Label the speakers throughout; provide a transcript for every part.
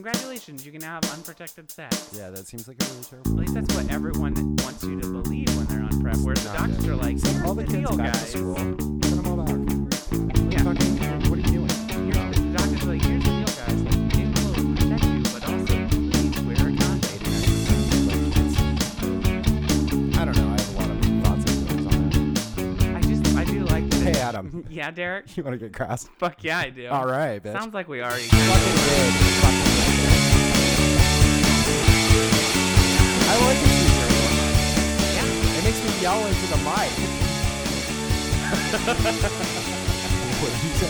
Speaker 1: Congratulations, you can now have unprotected sex.
Speaker 2: Yeah, that seems like a really terrible.
Speaker 1: At least that's what everyone wants you to believe when they're on prep, where the
Speaker 2: Not
Speaker 1: doctors
Speaker 2: good.
Speaker 1: are like,
Speaker 2: Send
Speaker 1: here's
Speaker 2: all the kids
Speaker 1: deal,
Speaker 2: back to
Speaker 1: guys.
Speaker 2: school. Send them all back. What
Speaker 1: Yeah.
Speaker 2: are you fucking- what are you doing?
Speaker 1: Here's the doctors are like, here's the deal, guys. Like, it will protect you, but also please wear a condom.
Speaker 2: I don't know. I have a lot of thoughts and feelings on that.
Speaker 1: I just, I do like this.
Speaker 2: Hey, Adam.
Speaker 1: yeah, Derek?
Speaker 2: You want to get crass?
Speaker 1: Fuck yeah, I do.
Speaker 2: All right, bitch.
Speaker 1: Sounds like we already.
Speaker 2: fucking good. Fucking good. I like this music.
Speaker 1: Yeah.
Speaker 2: It makes me yell into the mic. what did you say?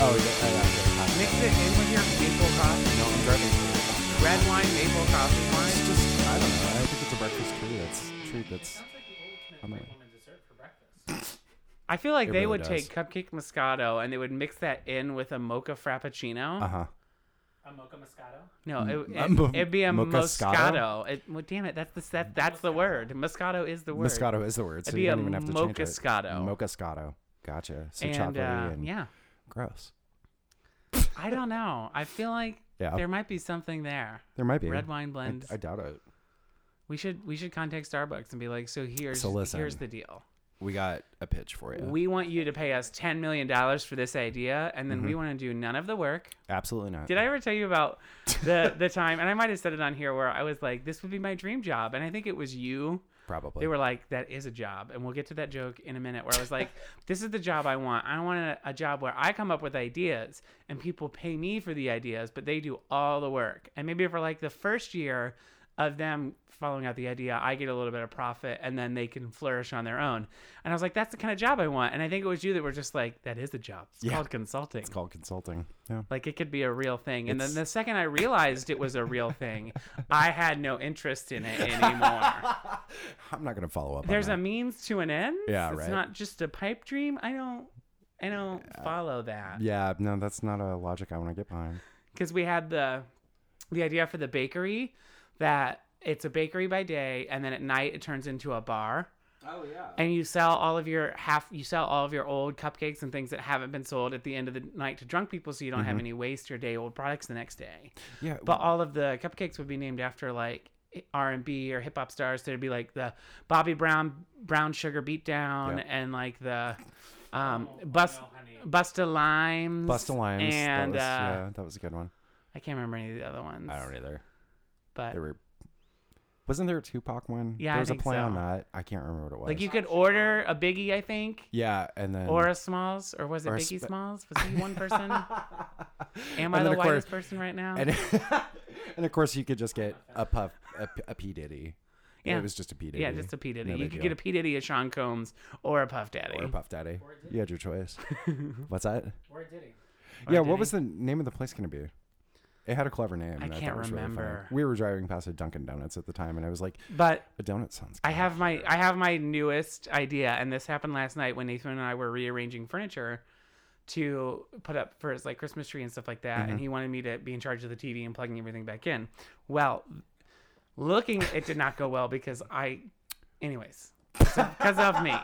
Speaker 2: Oh, yeah, I got it.
Speaker 1: Mix it in with your maple coffee.
Speaker 2: No, I'm driving.
Speaker 1: Red wine, maple coffee
Speaker 2: It's
Speaker 1: wine.
Speaker 2: just, I don't know. I think it's a breakfast treat. That's treat. That's. I'm like-
Speaker 1: I feel like
Speaker 2: It
Speaker 1: they
Speaker 2: really
Speaker 1: would
Speaker 2: does.
Speaker 1: take cupcake moscato and they would mix that in with a mocha frappuccino.
Speaker 2: Uh huh.
Speaker 1: A mocha moscato? No, it,
Speaker 2: Mm, a mo-
Speaker 1: it, would be a
Speaker 2: mocha
Speaker 1: moscato.
Speaker 2: scotto?
Speaker 1: It, well, damn it, that's the that, that's the word. Moscato is the word.
Speaker 2: Moscato is the word, so
Speaker 1: It'd
Speaker 2: you
Speaker 1: be a
Speaker 2: don't even have to change it.
Speaker 1: mocha-scotto.
Speaker 2: Mocha-scotto. Gotcha. So
Speaker 1: and
Speaker 2: chocolatey
Speaker 1: uh,
Speaker 2: and
Speaker 1: yeah,
Speaker 2: gross.
Speaker 1: I don't know. I feel like
Speaker 2: Yeah.
Speaker 1: there might be something there.
Speaker 2: There might be.
Speaker 1: Red wine
Speaker 2: I-
Speaker 1: blend.
Speaker 2: I, doubt it.
Speaker 1: we should we should contact Starbucks and be like, so here's
Speaker 2: So listen.
Speaker 1: here's the deal.
Speaker 2: We got a pitch for you.
Speaker 1: We want you to pay us ten million dollars for this idea, and
Speaker 2: Mm-hmm.
Speaker 1: then we want to do none of the work.
Speaker 2: Absolutely not.
Speaker 1: Did I ever tell you about the the time? And I might have said it on here where I was like, this would be my dream job, and I think it was you.
Speaker 2: Probably.
Speaker 1: They were like, that is a job. And we'll get to that joke in a minute where I was like, this is the job I want. I want a, a job where I come up with ideas and people pay me for the ideas, but they do all the work. And maybe for like the first year of them following out the idea, I get a little bit of profit and then they can flourish on their own. And I was like, that's the kind of job I want. And I think it was you that were just like, that is a job. It's
Speaker 2: Yeah.
Speaker 1: called consulting.
Speaker 2: It's called consulting. Yeah.
Speaker 1: Like it could be a real thing. And then
Speaker 2: It's-
Speaker 1: the second I realized it was a real thing, I had no interest in it anymore.
Speaker 2: I'm not gonna follow up.
Speaker 1: There's a
Speaker 2: on
Speaker 1: means to an end.
Speaker 2: Yeah,
Speaker 1: It's
Speaker 2: right.
Speaker 1: not just a pipe dream. I don't I don't follow that.
Speaker 2: that. Yeah. No, that's not a logic I want to get behind.
Speaker 1: Cuz we had the the idea for the bakery that it's a bakery by day and then at night it turns into a bar.
Speaker 2: Oh yeah.
Speaker 1: And you sell all of your half you sell all of your old cupcakes and things that haven't been sold at the end of the night to drunk people so you don't
Speaker 2: Mm-hmm.
Speaker 1: have any waste or day old products the next day.
Speaker 2: Yeah.
Speaker 1: But all of the cupcakes would be named after like R and B or hip hop stars. There'd be like the Bobby Brown Brown Sugar Beatdown
Speaker 2: Yep.
Speaker 1: and like the um, Bust Busta Limes.
Speaker 2: Busta Limes.
Speaker 1: And
Speaker 2: that was,
Speaker 1: uh,
Speaker 2: yeah, that was a good one.
Speaker 1: I can't remember any of the other ones.
Speaker 2: I don't either.
Speaker 1: But
Speaker 2: There were. Wasn't there a Tupac one?
Speaker 1: Yeah, I
Speaker 2: There was
Speaker 1: think
Speaker 2: a play on
Speaker 1: so.
Speaker 2: that. I can't remember what it was.
Speaker 1: like you could order a Biggie, I think,
Speaker 2: Yeah, and then
Speaker 1: or a Smalls, or was it
Speaker 2: Or a
Speaker 1: Biggie
Speaker 2: sp-
Speaker 1: Smalls? Was he one person? Am I the
Speaker 2: then of course-
Speaker 1: whitest person right now?
Speaker 2: and, and of course you could just get a puff a, P- a P Diddy.
Speaker 1: Yeah.
Speaker 2: it was just a P Diddy.
Speaker 1: yeah, just a P Diddy.
Speaker 2: No
Speaker 1: you
Speaker 2: big
Speaker 1: could
Speaker 2: deal.
Speaker 1: get a P Diddy, a Sean Combs, or a Puff Daddy.
Speaker 2: or a Puff Daddy. You had your choice. What's that?
Speaker 1: Or a Diddy.
Speaker 2: yeah, what was the name of the place going to be? It had a clever name. and
Speaker 1: can't
Speaker 2: thought it was really funny.
Speaker 1: remember.
Speaker 2: we were driving past a Dunkin' Donuts at the time, and I was like,
Speaker 1: But
Speaker 2: "A donut sounds."
Speaker 1: I
Speaker 2: good."
Speaker 1: have my I have my newest idea, and this happened last night when Nathan and I were rearranging furniture to put up for his like Christmas tree and stuff like that. And he wanted me to be in charge of the TV and plugging everything back in. Well, looking, it did not go well because I, anyways, because of me.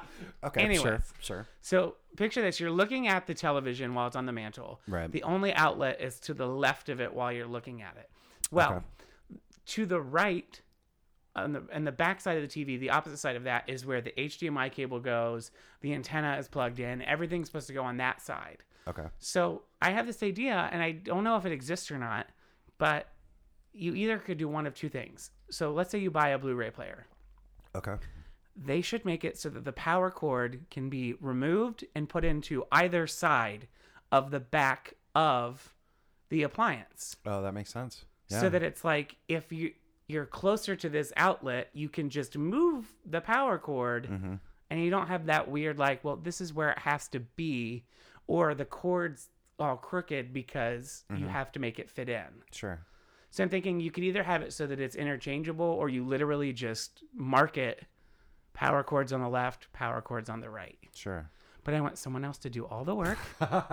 Speaker 2: Okay, sure,
Speaker 1: anyways.
Speaker 2: sure.
Speaker 1: So picture this: you're looking at the television while it's on the mantle.
Speaker 2: Right.
Speaker 1: The only outlet is to the left of it while you're looking at it. Well,
Speaker 2: Okay.
Speaker 1: to the right, on the and the back side of the TV, the opposite side of that is where the HDMI cable goes. The antenna is plugged in. Everything's supposed to go on that side.
Speaker 2: Okay,
Speaker 1: So I have this idea, and I don't know if it exists or not, but you either could do one of two things. So let's say you buy a Blu-ray player
Speaker 2: okay.
Speaker 1: they should make it so that the power cord can be removed and put into either side of the back of the appliance
Speaker 2: Oh, that makes sense. Yeah.
Speaker 1: so that it's like if you you're closer to this outlet you can just move the power cord
Speaker 2: Mm. Mm-hmm.
Speaker 1: and you don't have that weird like well this is where it has to be or the cord's all crooked because you have to make it fit in
Speaker 2: sure.
Speaker 1: so I'm thinking you could either have it so that it's interchangeable or you literally just mark it power cords on the left, power cords on the right.
Speaker 2: Sure.
Speaker 1: But I want someone else to do all the work.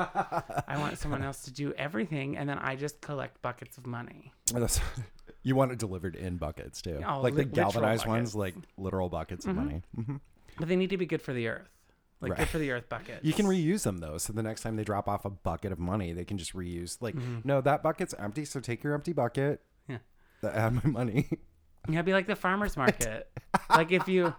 Speaker 1: I want someone else to do everything and then I just collect buckets of money.
Speaker 2: That's- you want it delivered in buckets too,
Speaker 1: Oh,
Speaker 2: like the
Speaker 1: lit- literal
Speaker 2: galvanized
Speaker 1: buckets. Mm-hmm.
Speaker 2: ones, like literal buckets of money. Mm-hmm.
Speaker 1: But they need to be good for the earth. Like good
Speaker 2: Right.
Speaker 1: for the earth buckets.
Speaker 2: You can reuse them though, so the next time they drop off a bucket of money, they can just reuse. Like, no, that bucket's empty, so take your empty bucket.
Speaker 1: Mm-hmm. Yeah.
Speaker 2: That had my money.
Speaker 1: Yeah, it'd be like the farmers market. like if you,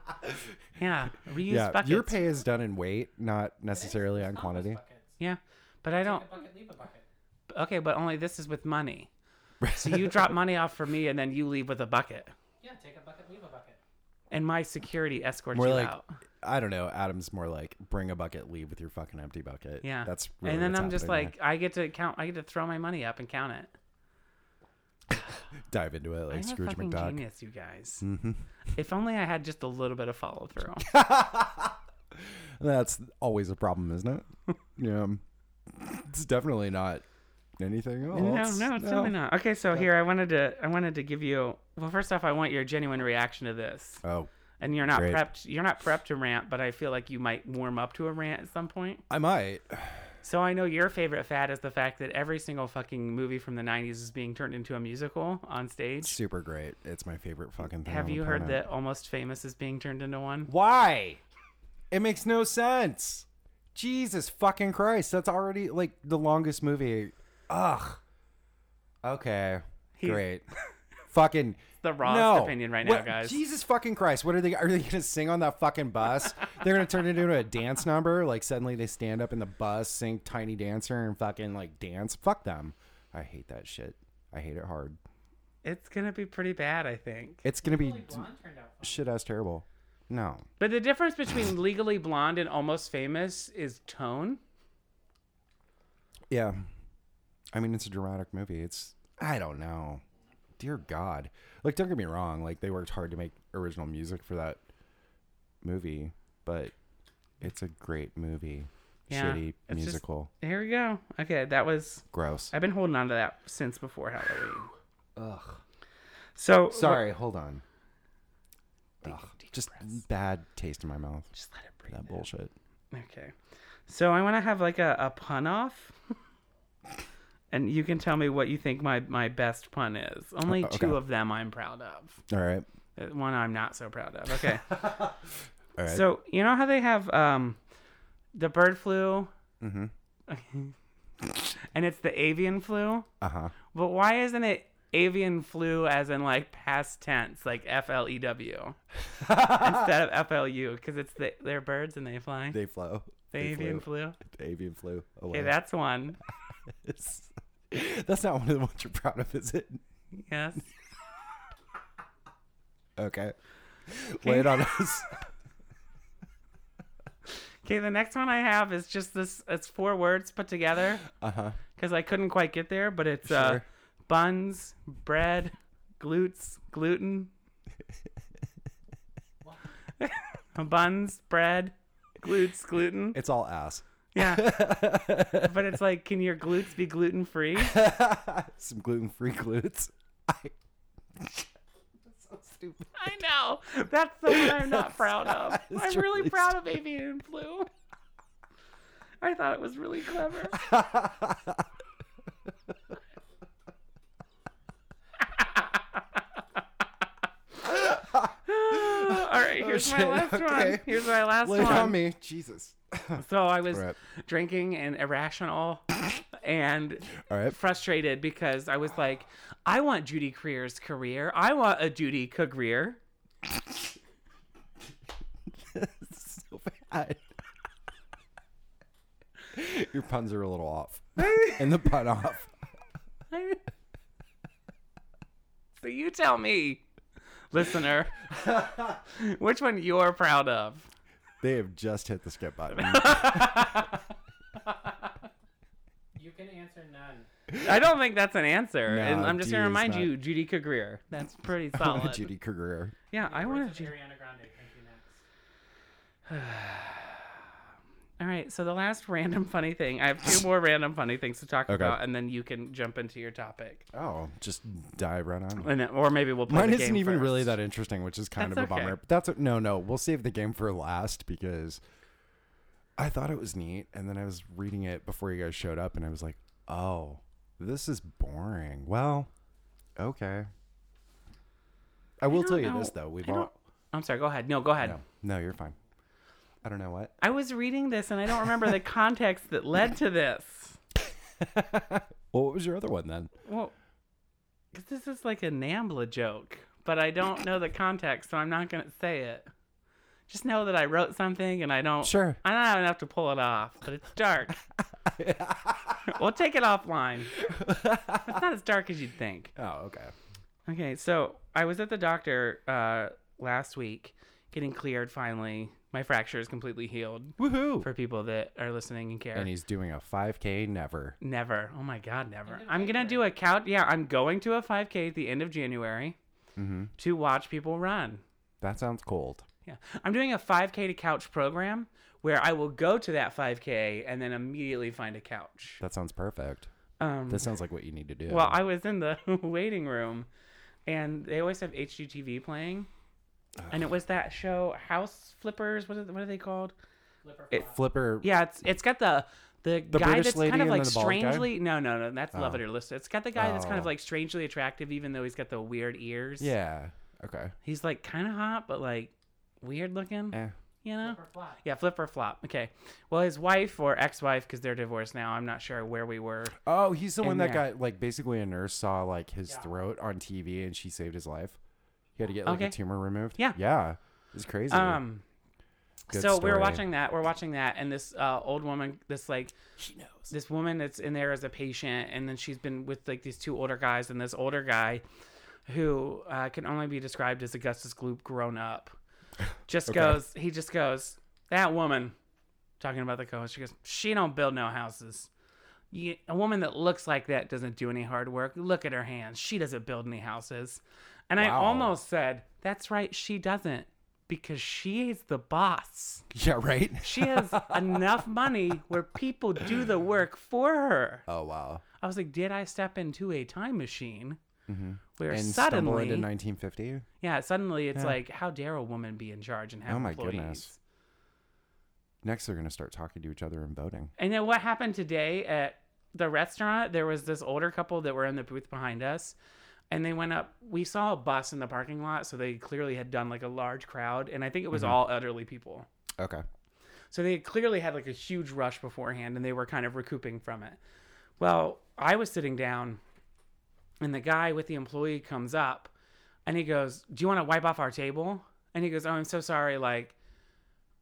Speaker 1: yeah, reuse
Speaker 2: yeah,
Speaker 1: buckets.
Speaker 2: your pay is done in weight, not necessarily on quantity.
Speaker 1: yeah, but I don't.
Speaker 3: Bucket, leave a bucket.
Speaker 1: Okay, but only this is with money. So you drop money off for me, and then you leave with a bucket,
Speaker 3: Yeah, take a bucket, leave a bucket.
Speaker 1: and my security escorts
Speaker 2: More
Speaker 1: you
Speaker 2: like-
Speaker 1: out.
Speaker 2: I don't know. Adam's more like bring a bucket, leave with your fucking empty bucket.
Speaker 1: Yeah,
Speaker 2: that's really
Speaker 1: and then
Speaker 2: what's
Speaker 1: I'm just
Speaker 2: happening
Speaker 1: like, I get to count. I get to throw my money up and count it.
Speaker 2: here. dive into it like
Speaker 1: I'm
Speaker 2: Scrooge
Speaker 1: a fucking
Speaker 2: McDuck. Mm-hmm.
Speaker 1: genius, you guys. If only I had just a little bit of follow through.
Speaker 2: That's always a problem, isn't it? yeah, it's definitely not anything else.
Speaker 1: No, no, it's definitely not. Okay, so here I wanted to I wanted to give you well first off I want your genuine reaction to this.
Speaker 2: Oh,
Speaker 1: And you're not
Speaker 2: Great.
Speaker 1: prepped you're not prepped to rant, but I feel like you might warm up to a rant at some point.
Speaker 2: I might.
Speaker 1: So I know your favorite fad is the fact that every single fucking movie from the 90s is being turned into a musical on stage.
Speaker 2: Super great. It's my favorite fucking thing.
Speaker 1: Have
Speaker 2: on the
Speaker 1: you heard
Speaker 2: planet.
Speaker 1: that Almost Famous is being turned into one?
Speaker 2: Why? It makes no sense. Jesus fucking Christ. That's already like the longest movie. Ugh. Okay. Great. fucking
Speaker 1: The rawest
Speaker 2: no.
Speaker 1: opinion right now,
Speaker 2: What-
Speaker 1: guys.
Speaker 2: Jesus fucking Christ. What are they are they gonna sing on that fucking bus? They're gonna turn it into a dance number? Like suddenly they stand up in the bus, sing Tiny Dancer and fucking like dance. Fuck them. I hate that shit. I hate it hard.
Speaker 1: It's going to be pretty bad, I think.
Speaker 2: It's gonna be
Speaker 3: Blonde turned out fine.
Speaker 2: shit ass terrible. No.
Speaker 1: But the difference between Legally Blonde and Almost Famous is tone.
Speaker 2: Yeah. I mean, it's a dramatic movie. It's, I don't know. Dear God. Like, don't get me wrong. Like, they worked hard to make original music for that movie, but it's a great movie.
Speaker 1: Yeah,
Speaker 2: Shitty
Speaker 1: it's just-
Speaker 2: musical.
Speaker 1: Here we go. Okay, that was
Speaker 2: Gross.
Speaker 1: I've been holding on to that since before Halloween.
Speaker 2: Ugh.
Speaker 1: So
Speaker 2: Sorry, hold on. Ugh. Just bad taste in my mouth.
Speaker 1: just let it breathe.
Speaker 2: That bullshit.
Speaker 1: Okay. So I want to have like a, a pun off, and you can tell me what you think my my best pun is. Only
Speaker 2: Oh, okay.
Speaker 1: two of them I'm proud of.
Speaker 2: All right.
Speaker 1: Uh, One I'm not so proud of. Okay.
Speaker 2: All right.
Speaker 1: So you know how they have um, the bird flu. Mm-hmm. and it's the avian flu.
Speaker 2: Uh huh.
Speaker 1: But why isn't it avian flu as in like past tense, like F L E W instead of F L U? Because it's the, they're birds and they fly.
Speaker 2: They flow.
Speaker 1: the avian flu.
Speaker 2: flew. Avian flew away.
Speaker 1: Okay, that's one.
Speaker 2: That's not one of the ones you're proud of, is it?
Speaker 1: Yes.
Speaker 2: Okay. Lay it on us.
Speaker 1: Okay, the next one I have is just this. It's four words put together
Speaker 2: Uh huh.
Speaker 1: because I couldn't quite get there, but it's uh,
Speaker 2: Sure.
Speaker 1: buns, bread, glutes, gluten. buns, bread, glutes, gluten.
Speaker 2: It's all ass.
Speaker 1: Yeah. but it's like, can your glutes be gluten free?
Speaker 2: Some gluten free glutes. I... That's so stupid.
Speaker 1: I know. That's the one I'm not proud of.
Speaker 2: That's
Speaker 1: I'm really
Speaker 2: really
Speaker 1: proud of avian flu. I thought it was really clever. All right, here's my
Speaker 2: shit,
Speaker 1: last one.
Speaker 2: okay.
Speaker 1: Here's my last
Speaker 2: Lay it
Speaker 1: one.
Speaker 2: on me. Jesus.
Speaker 1: So I was
Speaker 2: Right.
Speaker 1: drinking and irrational and
Speaker 2: All right.
Speaker 1: frustrated because I was like, I want Judy Creer's career. I want a Judy career.
Speaker 2: so bad. Your puns are a little off. and the pun off.
Speaker 1: so you tell me, listener, which one you're proud of.
Speaker 2: They have just hit the skip button.
Speaker 3: You can answer none.
Speaker 1: I don't think that's an answer.
Speaker 2: No,
Speaker 1: and I'm just going to
Speaker 2: Judy's
Speaker 1: remind
Speaker 2: not- Oh,
Speaker 1: you, Judy Greer. That's pretty solid.
Speaker 2: Judy Kruger.
Speaker 1: Yeah, I
Speaker 3: Words
Speaker 1: want
Speaker 3: of
Speaker 1: to. Judy.
Speaker 3: Ariana Grande. Thank you next.
Speaker 1: All right, so the last random funny thing. I have two more random funny things to talk
Speaker 2: Okay.
Speaker 1: about, and then you can jump into your topic.
Speaker 2: Oh, just dive right on.
Speaker 1: And then, or maybe we'll play
Speaker 2: Mine
Speaker 1: the
Speaker 2: isn't
Speaker 1: game
Speaker 2: even really
Speaker 1: first.
Speaker 2: that interesting, which is kind
Speaker 1: That's
Speaker 2: of a
Speaker 1: okay.
Speaker 2: bummer. But that's no, no. We'll save the game for last because I thought it was neat, and then I was reading it before you guys showed up, and I was like, "Oh, this is boring." Well, okay. I will
Speaker 1: don't
Speaker 2: tell you
Speaker 1: know-
Speaker 2: this though: we've
Speaker 1: I don't-
Speaker 2: all
Speaker 1: I'm sorry. Go ahead. No, go ahead.
Speaker 2: no, no, you're fine. I don't know what.
Speaker 1: I was reading this and I don't remember the context that led to this.
Speaker 2: well, what was your other one then?
Speaker 1: Well, because this is like a Nambla joke, but I don't know the context, so I'm not going to say it. Just know that I wrote something and I don't.
Speaker 2: Sure.
Speaker 1: I don't have enough to pull it off, but it's dark. we'll take it offline. It's not as dark as you'd think.
Speaker 2: Oh, okay.
Speaker 1: Okay, so I was at the doctor uh, last week, getting cleared finally. My fracture is completely healed.
Speaker 2: Woohoo!
Speaker 1: For people that are listening and care,
Speaker 2: And he's doing a 5K never.
Speaker 1: never. Oh my God, never.
Speaker 3: End of
Speaker 1: I'm gonna do a couch. Yeah, I'm going to a 5K at the end of January
Speaker 2: Mm-hmm.
Speaker 1: to watch people run.
Speaker 2: That sounds cold.
Speaker 1: Yeah, I'm doing a 5K to couch program where I will go to that 5K and then immediately find a couch.
Speaker 2: That sounds perfect.
Speaker 1: Um,
Speaker 2: That sounds like what you need to do.
Speaker 1: Well, I was in the waiting room, and they always have HGTV playing, and it was that show House Flippers. What are, what are they called?
Speaker 3: Flipper
Speaker 1: It-
Speaker 3: flop.
Speaker 2: Flipper.
Speaker 1: Yeah, it's it's got the the,
Speaker 2: The
Speaker 1: guy
Speaker 2: British
Speaker 1: that's
Speaker 2: lady
Speaker 1: kind of
Speaker 2: and
Speaker 1: like
Speaker 2: the bald guy?
Speaker 1: strangely no no no that's Love
Speaker 2: Oh.
Speaker 1: It or List It. It's got the guy that's kind of
Speaker 2: Oh.
Speaker 1: like strangely attractive, even though he's got the weird ears.
Speaker 2: Yeah. Okay.
Speaker 1: he's like kind of hot, but like weird looking.
Speaker 2: Eh.
Speaker 1: You know.
Speaker 3: Flipper flop.
Speaker 1: Yeah, flip or flop. Okay. Well, his wife or ex-wife, because they're divorced now. I'm not sure where we were.
Speaker 2: Oh, he's the
Speaker 1: In
Speaker 2: one that
Speaker 1: there.
Speaker 2: got like basically a nurse saw like his
Speaker 3: Yeah.
Speaker 2: throat on TV and she saved his life. He had to get like
Speaker 1: Okay.
Speaker 2: a tumor removed.
Speaker 1: Yeah.
Speaker 2: Yeah. It's crazy.
Speaker 1: Um.
Speaker 2: Good
Speaker 1: so we were
Speaker 2: story.
Speaker 1: watching that. We're watching that, and this uh, old woman, this like
Speaker 2: She knows.
Speaker 1: this woman that's in there as a patient, and then she's been with like these two older guys, and this older guy who uh, can only be described as Augustus Gloop grown up, just
Speaker 2: Okay.
Speaker 1: goes. He just goes. That woman, talking about the co-host, she goes. She don't build no houses. You, a woman that looks like that doesn't do any hard work. Look at her hands. She doesn't build any houses. And I
Speaker 2: Wow.
Speaker 1: almost said, "That's right, she doesn't." Because she's the boss.
Speaker 2: Yeah, right?
Speaker 1: She has enough money where people do the work for her.
Speaker 2: Oh, wow.
Speaker 1: I was like, did I step into a time machine
Speaker 2: Mm-hmm.
Speaker 1: where
Speaker 2: And stumble
Speaker 1: suddenly,
Speaker 2: into 1950.
Speaker 1: yeah, suddenly it's
Speaker 2: Yeah.
Speaker 1: like, how dare a woman be in charge and have
Speaker 2: Oh my
Speaker 1: employees?
Speaker 2: goodness. Next, they're going to start talking to each other and voting.
Speaker 1: And then what happened today at the restaurant? There was this older couple that were in the booth behind us, and they went up. We saw a bus in the parking lot, so they clearly had done like a large crowd, and I think it was
Speaker 2: Mm-hmm.
Speaker 1: all elderly people.
Speaker 2: Okay.
Speaker 1: So they clearly had like a huge rush beforehand and they were kind of recouping from it. Well, I was sitting down and the guy with the employee comes up and he goes, "Do you want to wipe off our table?" And he goes, "Oh, I'm so sorry like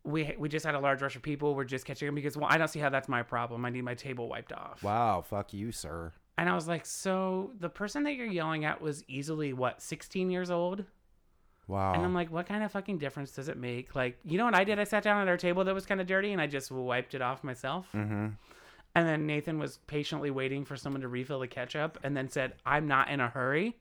Speaker 1: we we just had a large rush of people. We're just catching them because well, I don't see how that's my problem. I need my table wiped off."
Speaker 2: Wow. Fuck you, sir.
Speaker 1: And I was like, "So the person that you're yelling at was easily what, 16 years old?"
Speaker 2: Wow.
Speaker 1: And I'm like, what kind of fucking difference does it make? Like, you know what I did? I sat down at our table that was kind of dirty and I just wiped it off myself.
Speaker 2: mm-hmm.
Speaker 1: And then Nathan was patiently waiting for someone to refill the ketchup and then said, I'm not in a hurry.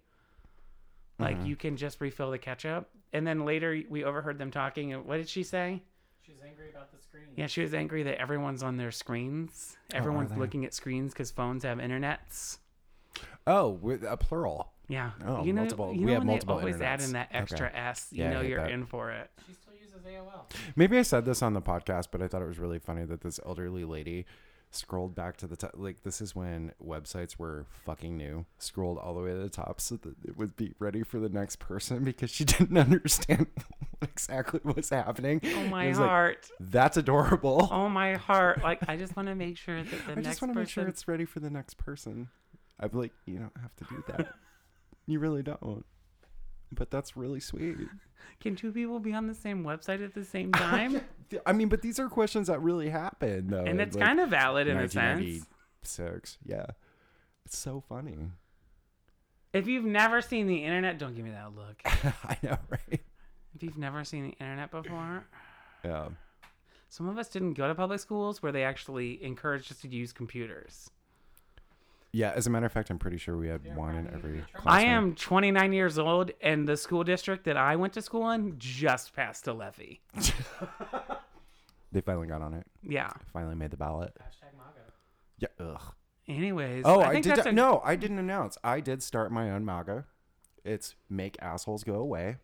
Speaker 1: Like,
Speaker 2: Mm-hmm.
Speaker 1: you can just refill the ketchup. And then later we overheard them talking. And what did she say?
Speaker 3: She's angry about the screen.
Speaker 1: Yeah, she was angry that everyone's on their screens. Everyone's
Speaker 2: Oh, they?
Speaker 1: looking at screens because phones have internets.
Speaker 2: Oh, with a plural.
Speaker 1: Yeah.
Speaker 2: Oh,
Speaker 1: you know,
Speaker 2: multiple-
Speaker 1: You know
Speaker 2: we have
Speaker 1: when they
Speaker 2: multiple
Speaker 1: always add
Speaker 2: internets.
Speaker 1: in that
Speaker 2: Okay.
Speaker 1: extra S, you
Speaker 2: Yeah, I
Speaker 1: know
Speaker 2: hate
Speaker 1: you're
Speaker 2: that.
Speaker 1: in for it.
Speaker 3: She still uses AOL.
Speaker 2: Maybe I said this on the podcast, but I thought it was really funny that this elderly lady scrolled back to the top. Like this is when websites were fucking new. Scrolled all the way to the top so that it would be ready for the next person because she didn't understand exactly what's happening.
Speaker 1: Oh,
Speaker 2: And
Speaker 1: my
Speaker 2: it was like,
Speaker 1: heart.
Speaker 2: That's adorable.
Speaker 1: oh my heart like i just want to make sure that the
Speaker 2: I
Speaker 1: next
Speaker 2: just
Speaker 1: person
Speaker 2: want to make sure it's ready for the next person. I'm like, you don't have to do that. you really don't. But that's really sweet.
Speaker 1: can two people be on the same website at the same time
Speaker 2: I mean, but these are questions that really happen, though.
Speaker 1: and it's kind of valid in a sense
Speaker 2: 1996. Yeah. It's so funny.
Speaker 1: if you've never seen the internet don't give me that look
Speaker 2: I know, right?
Speaker 1: if you've never seen the internet before
Speaker 2: Yeah.
Speaker 1: some of us didn't go to public schools where they actually encouraged us to use computers
Speaker 2: Yeah, as a matter of fact, I'm pretty sure we had
Speaker 3: Yeah,
Speaker 2: one in
Speaker 3: probably.
Speaker 2: every
Speaker 3: I
Speaker 1: i
Speaker 2: classroom.
Speaker 1: am 29 years old and the school district that i went to school in just passed a levy
Speaker 2: They finally got on it.
Speaker 1: yeah
Speaker 2: Finally made the ballot.
Speaker 3: Hashtag MAGA.
Speaker 2: Yeah. Ugh.
Speaker 1: anyways
Speaker 2: Oh,
Speaker 1: I
Speaker 2: I,
Speaker 1: think
Speaker 2: did.
Speaker 1: that's a-
Speaker 2: No, I didn't announce. I did start my own MAGA. It's make assholes go away.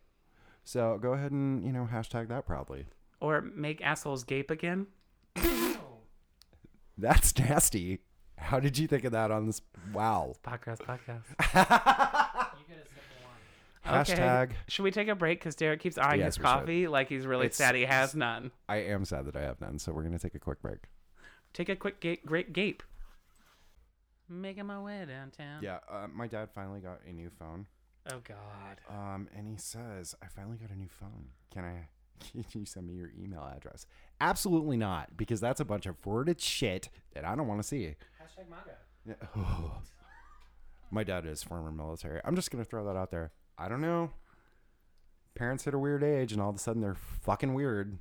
Speaker 2: So go ahead and, you know, hashtag that proudly.
Speaker 1: or make assholes gape again
Speaker 3: Oh,
Speaker 2: That's nasty. How did you think of that on this? Wow.
Speaker 1: podcast podcast
Speaker 3: you get a sip of wine.
Speaker 2: Hashtag.
Speaker 1: Should we take a break? Because Derek keeps eyeing
Speaker 2: Yes,
Speaker 1: his
Speaker 2: we should.
Speaker 1: coffee like he's really
Speaker 2: It's-
Speaker 1: sad he has none.
Speaker 2: I am sad that I have none, so we're gonna take a quick break.
Speaker 1: Take a quick ga- great gape. Making my way downtown.
Speaker 2: Yeah, uh, my dad finally got a new phone.
Speaker 1: Oh God.
Speaker 2: Um, and he says, "I finally got a new phone. Can I? Can you send me your email address?" Absolutely not, because that's a bunch of forwarded shit that I don't want to see.
Speaker 3: Hashtag MAGA.
Speaker 2: Yeah. my dad is former military. I'm just gonna throw that out there. I don't know. Parents hit a weird age, and all of a sudden they're fucking weird.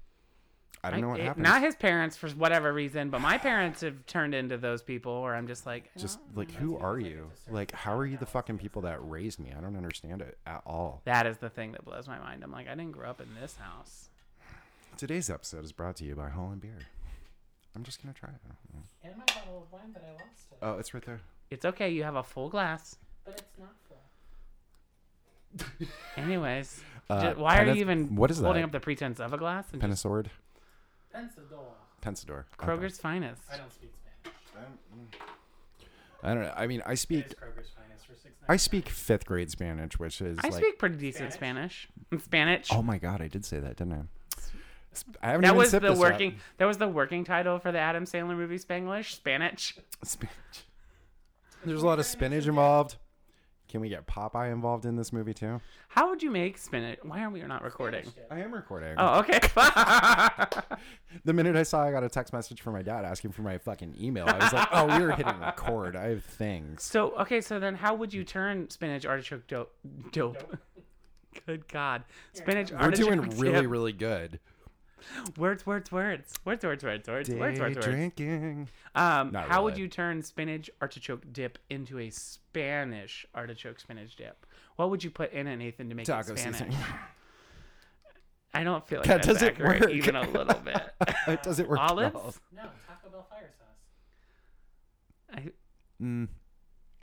Speaker 2: I don't know what
Speaker 1: it-
Speaker 2: happened.
Speaker 1: Not his parents for whatever reason, but my parents have turned into those people where I'm just like,
Speaker 2: just like
Speaker 1: Mm.
Speaker 2: who are you? Like how are you the fucking people that raised me? I don't understand it at all.
Speaker 1: that is the thing that blows my mind. I'm like, I didn't grow up in this house.
Speaker 2: Today's episode is brought to you by Holland Beer. I'm just gonna try it.
Speaker 3: And my bottle of wine that I lost it.
Speaker 2: Oh, it's right there.
Speaker 1: It's okay. You have a full glass.
Speaker 3: But it's not full.
Speaker 1: Anyways, ju-
Speaker 2: Uh,
Speaker 1: why are
Speaker 2: Penneth-
Speaker 1: you even
Speaker 2: what is that?
Speaker 1: holding up the pretense of a glass? And just
Speaker 2: Penisord,
Speaker 3: Pensador.
Speaker 2: Pensador, Okay.
Speaker 1: Kroger's finest.
Speaker 3: I don't speak Spanish.
Speaker 2: I don't know. I mean, I
Speaker 3: It
Speaker 2: speak.
Speaker 3: is Kroger's finest for six
Speaker 2: I speak fifth grade Spanish, which is
Speaker 1: I
Speaker 2: like.
Speaker 1: speak pretty decent Spanish. Spanish.
Speaker 2: Oh my god, I did say that, didn't I? Sp- I haven't
Speaker 1: that
Speaker 2: even
Speaker 1: was
Speaker 2: sipped
Speaker 1: the
Speaker 2: this yet.
Speaker 1: working. That was the working title for the Adam Sandler movie Spanglish. Spanish.
Speaker 2: Spinach. There's a lot of spinach involved. Can we get Popeye involved in this movie too?
Speaker 1: How would you make spinach? Why are we not recording?
Speaker 2: I am recording.
Speaker 1: Oh, okay.
Speaker 2: The minute I saw I got a text message from my dad asking for my fucking email, I was like, oh, we were hitting record. I have things.
Speaker 1: so okay, so then how would you turn spinach artichoke dope? Dope. Good God, spinach
Speaker 2: We're
Speaker 1: artichoke.
Speaker 2: doing really,
Speaker 1: dip.
Speaker 2: really good.
Speaker 1: words, words, words, words, words, words, words, words, words, words.
Speaker 2: drinking.
Speaker 1: Um,
Speaker 2: Not
Speaker 1: how would
Speaker 2: really.
Speaker 1: you turn spinach artichoke dip into a Spanish artichoke spinach dip? What would you put in it, Nathan, to make
Speaker 2: Taco
Speaker 1: it Spanish?
Speaker 2: seasoning.
Speaker 1: I don't feel like
Speaker 2: That
Speaker 1: that's
Speaker 2: doesn't
Speaker 1: accurate
Speaker 2: work.
Speaker 1: even a little bit.
Speaker 2: it doesn't work. at all.
Speaker 1: Olives?
Speaker 3: No, Taco Bell fire sauce.
Speaker 1: I,
Speaker 2: Mm,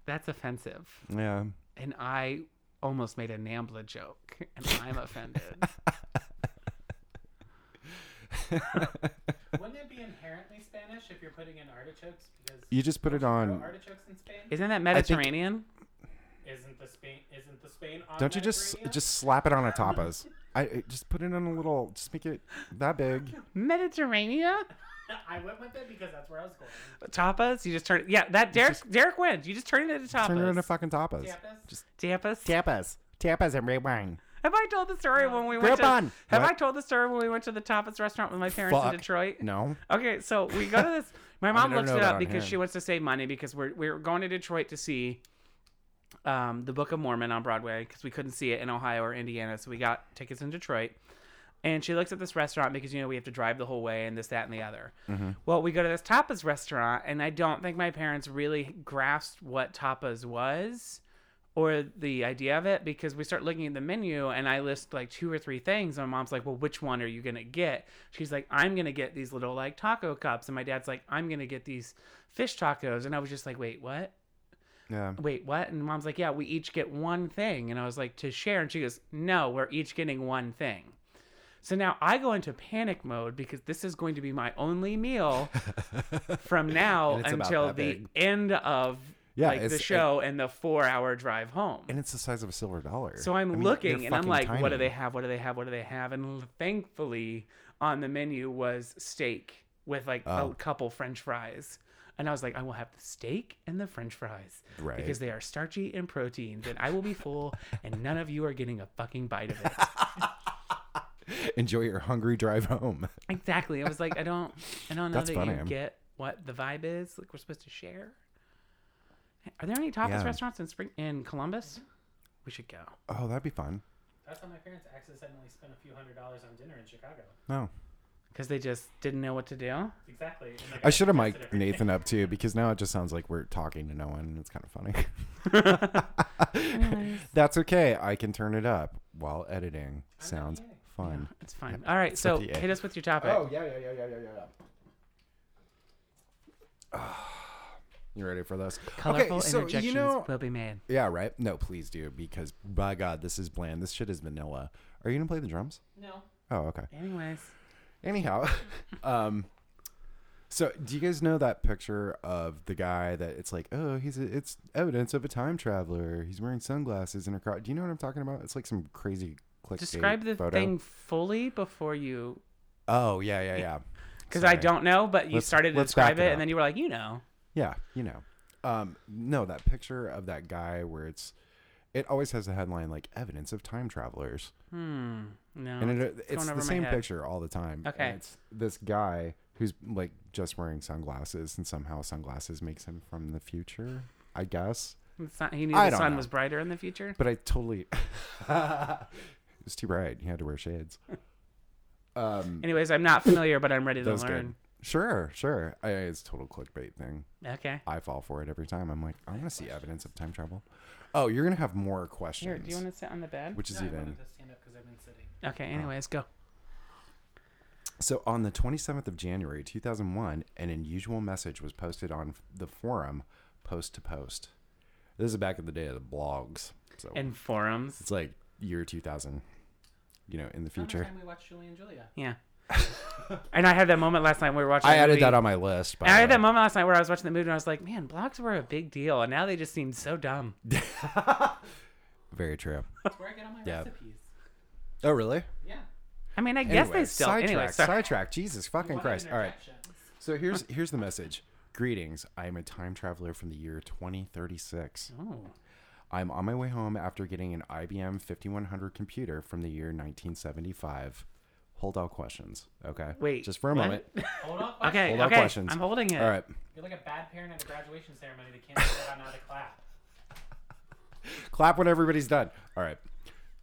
Speaker 1: that's offensive.
Speaker 2: yeah.
Speaker 1: And I almost made a Nambla joke, and I'm offended.
Speaker 3: Wouldn't it be inherently Spanish if you're putting in artichokes? Because
Speaker 2: You just put it
Speaker 3: grow
Speaker 2: on.
Speaker 3: artichokes in Spain?
Speaker 1: Isn't that
Speaker 2: think-
Speaker 1: Mediterranean?
Speaker 3: Isn't the Spain? Isn't the Spain on
Speaker 2: Don't you just
Speaker 3: Mediterranean?
Speaker 2: just slap it on a tapas? I I- just put it on a little. Just make it that big.
Speaker 1: Mediterranean
Speaker 3: I went with it because that's where I was going.
Speaker 1: tapas? You just turn yeah. That Derek Derek wins. You just turn it into tapas.
Speaker 2: Turn it into fucking tapas.
Speaker 3: Tapas.
Speaker 2: Just
Speaker 1: tapas.
Speaker 2: tapas, tapas and red wine.
Speaker 1: Have I told the story when we
Speaker 2: Grip
Speaker 1: went to?
Speaker 2: on.
Speaker 1: Have I
Speaker 2: What?
Speaker 1: told the story when we went to the tapas restaurant with my parents
Speaker 2: Fuck.
Speaker 1: in Detroit?
Speaker 2: No,
Speaker 1: Okay, so we go to this. My mom
Speaker 2: mean, I don't
Speaker 1: looks
Speaker 2: know
Speaker 1: it
Speaker 2: that
Speaker 1: up
Speaker 2: on
Speaker 1: because
Speaker 2: hand.
Speaker 1: she wants to save money because we're we're going to Detroit to see um, the Book of Mormon on Broadway because we couldn't see it in Ohio or Indiana, so we got tickets in Detroit. And she looks at this restaurant because you know we have to drive the whole way and this, that, and the other.
Speaker 2: Mm-hmm.
Speaker 1: Well, we go to this tapas restaurant, and I don't think my parents really grasped what tapas was or the idea of it because we start looking at the menu and I list like two or three things. And my mom's like, Well, which one are you going to get? She's like, I'm going to get these little like taco cups. And my dad's like, I'm going to get these fish tacos. And I was just like, Wait, what?
Speaker 2: yeah.
Speaker 1: Wait, what? And mom's like, Yeah, we each get one thing. And I was like, To share. And she goes, No, we're each getting one thing. So now I go into panic mode because this is going to be my only meal from now
Speaker 2: And it's about
Speaker 1: until the
Speaker 2: that big.
Speaker 1: end of
Speaker 2: Yeah,
Speaker 1: like the
Speaker 2: it's-
Speaker 1: show and the four hour drive home.
Speaker 2: And it's the size of a silver dollar.
Speaker 1: So I'm
Speaker 2: I mean,
Speaker 1: looking
Speaker 2: they're
Speaker 1: and I'm
Speaker 2: fucking
Speaker 1: like, what do they
Speaker 2: tiny.
Speaker 1: have? What do they have? What do they have? And l- thankfully, on the menu was steak with like a
Speaker 2: Oh.
Speaker 1: couple French fries. And I was like, I will have the steak and the French fries
Speaker 2: Right.
Speaker 1: because they are starchy and proteins, and I will be full, and none of you are getting a fucking bite of it.
Speaker 2: Enjoy your hungry drive home.
Speaker 1: exactly. I was like, I don't, I don't know
Speaker 2: That's
Speaker 1: that you
Speaker 2: funny.
Speaker 1: get what the vibe is. Like we're supposed to share. Are there any tapas
Speaker 2: Yeah.
Speaker 1: restaurants in Spring in Columbus? We should go.
Speaker 2: Oh, that'd be fun.
Speaker 3: That's how my parents accidentally spent a few hundred dollars on dinner in Chicago.
Speaker 2: No.
Speaker 1: Because they just didn't know what to do.
Speaker 3: Exactly. and they
Speaker 2: I
Speaker 3: got
Speaker 2: should have
Speaker 3: tested
Speaker 2: mic'd
Speaker 3: every-
Speaker 2: Nathan up too because now it just sounds like we're talking to no one. and It's kind of funny. That's okay. I can turn it up while editing. Sounds
Speaker 3: okay.
Speaker 2: fun.
Speaker 1: It's fine. All right, so
Speaker 2: up to you.
Speaker 1: hit us with your topic.
Speaker 2: Oh, yeah, yeah, yeah, yeah, yeah, yeah. You ready for this?
Speaker 1: Colorful
Speaker 2: okay, so
Speaker 1: interjections
Speaker 2: you know,
Speaker 1: will be made.
Speaker 2: yeah, right. No, please do because by God, this is bland. This shit is vanilla. Are you gonna play the drums?
Speaker 3: No.
Speaker 2: Oh, okay.
Speaker 1: Anyways,
Speaker 2: Anyhow, um, So, do you guys know that picture of the guy that it's like, oh, he's a, it's evidence of a time traveler. He's wearing sunglasses and a crowd. Do you know what I'm talking about? It's like some crazy clickbait
Speaker 1: Describe the
Speaker 2: photo.
Speaker 1: thing fully before you,
Speaker 2: Oh yeah, yeah, yeah.
Speaker 1: because I
Speaker 2: Sorry.
Speaker 1: don't know, but you
Speaker 2: Let's-
Speaker 1: started to
Speaker 2: let's back
Speaker 1: describe
Speaker 2: it
Speaker 1: it,
Speaker 2: up.
Speaker 1: and then you were like, you know,
Speaker 2: Yeah, you know. Um, no, that picture of that guy where it's, it always has the headline like evidence of time travelers.
Speaker 1: hmm, no,
Speaker 2: and
Speaker 1: it's,
Speaker 2: it, it's,
Speaker 1: going over
Speaker 2: the
Speaker 1: my
Speaker 2: same
Speaker 1: head.
Speaker 2: picture all the time.
Speaker 1: Okay.
Speaker 2: and it's this guy who's like just wearing sunglasses, and somehow sunglasses makes him from the future, I guess.
Speaker 1: it's not, he knew
Speaker 2: I
Speaker 1: the
Speaker 2: don't
Speaker 1: sun
Speaker 2: know.
Speaker 1: was brighter in the future.
Speaker 2: But I totally, it was too bright. He had to wear shades. Um,
Speaker 1: Anyways, I'm not familiar, but I'm ready
Speaker 2: that
Speaker 1: to
Speaker 2: was
Speaker 1: learn.
Speaker 2: good. Sure, sure. I, it's a total clickbait thing.
Speaker 1: Okay,
Speaker 2: I fall for it every time. I'm like, I want to see evidence of time travel. Oh, you're gonna have more questions,
Speaker 1: here, do you want to sit on the bed?
Speaker 2: which is
Speaker 3: No, I
Speaker 2: even.
Speaker 3: wanted to stand up 'cause I've been sitting.
Speaker 1: Okay, anyways, go.
Speaker 2: So on the 27th of January 2001, an unusual message was posted on the forum post to post. This is back in the day of the blogs. So
Speaker 1: And forums,
Speaker 2: Oh. it's like year 2000, you know, in the future.
Speaker 3: Time we watched Julie and Julia.
Speaker 1: yeah. and I had that moment last night when we were watching.
Speaker 2: I
Speaker 1: the
Speaker 2: added
Speaker 1: movie.
Speaker 2: that on my list. By
Speaker 1: And I had
Speaker 2: the
Speaker 1: that
Speaker 2: way.
Speaker 1: moment last night where I was watching the movie and I was like, man, blogs were a big deal, and now they just seem so dumb.
Speaker 2: Very true.
Speaker 3: That's where I get all my
Speaker 2: Yeah.
Speaker 3: recipes.
Speaker 2: Oh, really?
Speaker 3: Yeah.
Speaker 1: I mean, I guess they still.
Speaker 2: sidetrack,
Speaker 1: Anyway, sorry.
Speaker 2: sidetrack. Jesus fucking
Speaker 3: What
Speaker 2: Christ. All right.
Speaker 3: interjections.
Speaker 2: So here's here's the message. Greetings. I am a time traveler from the year 2036.
Speaker 1: Oh.
Speaker 2: I'm on my way home after getting an IBM 5100 computer from the year 1975. Hold all questions, okay?
Speaker 1: Wait,
Speaker 2: just for a
Speaker 1: what?
Speaker 2: moment.
Speaker 3: Hold on.
Speaker 1: Okay,
Speaker 2: Hold all
Speaker 1: okay.
Speaker 2: questions.
Speaker 1: I'm holding it.
Speaker 2: All right,
Speaker 3: You're like a bad parent at a graduation ceremony that can't figure out how to clap.
Speaker 2: clap when everybody's done. All right.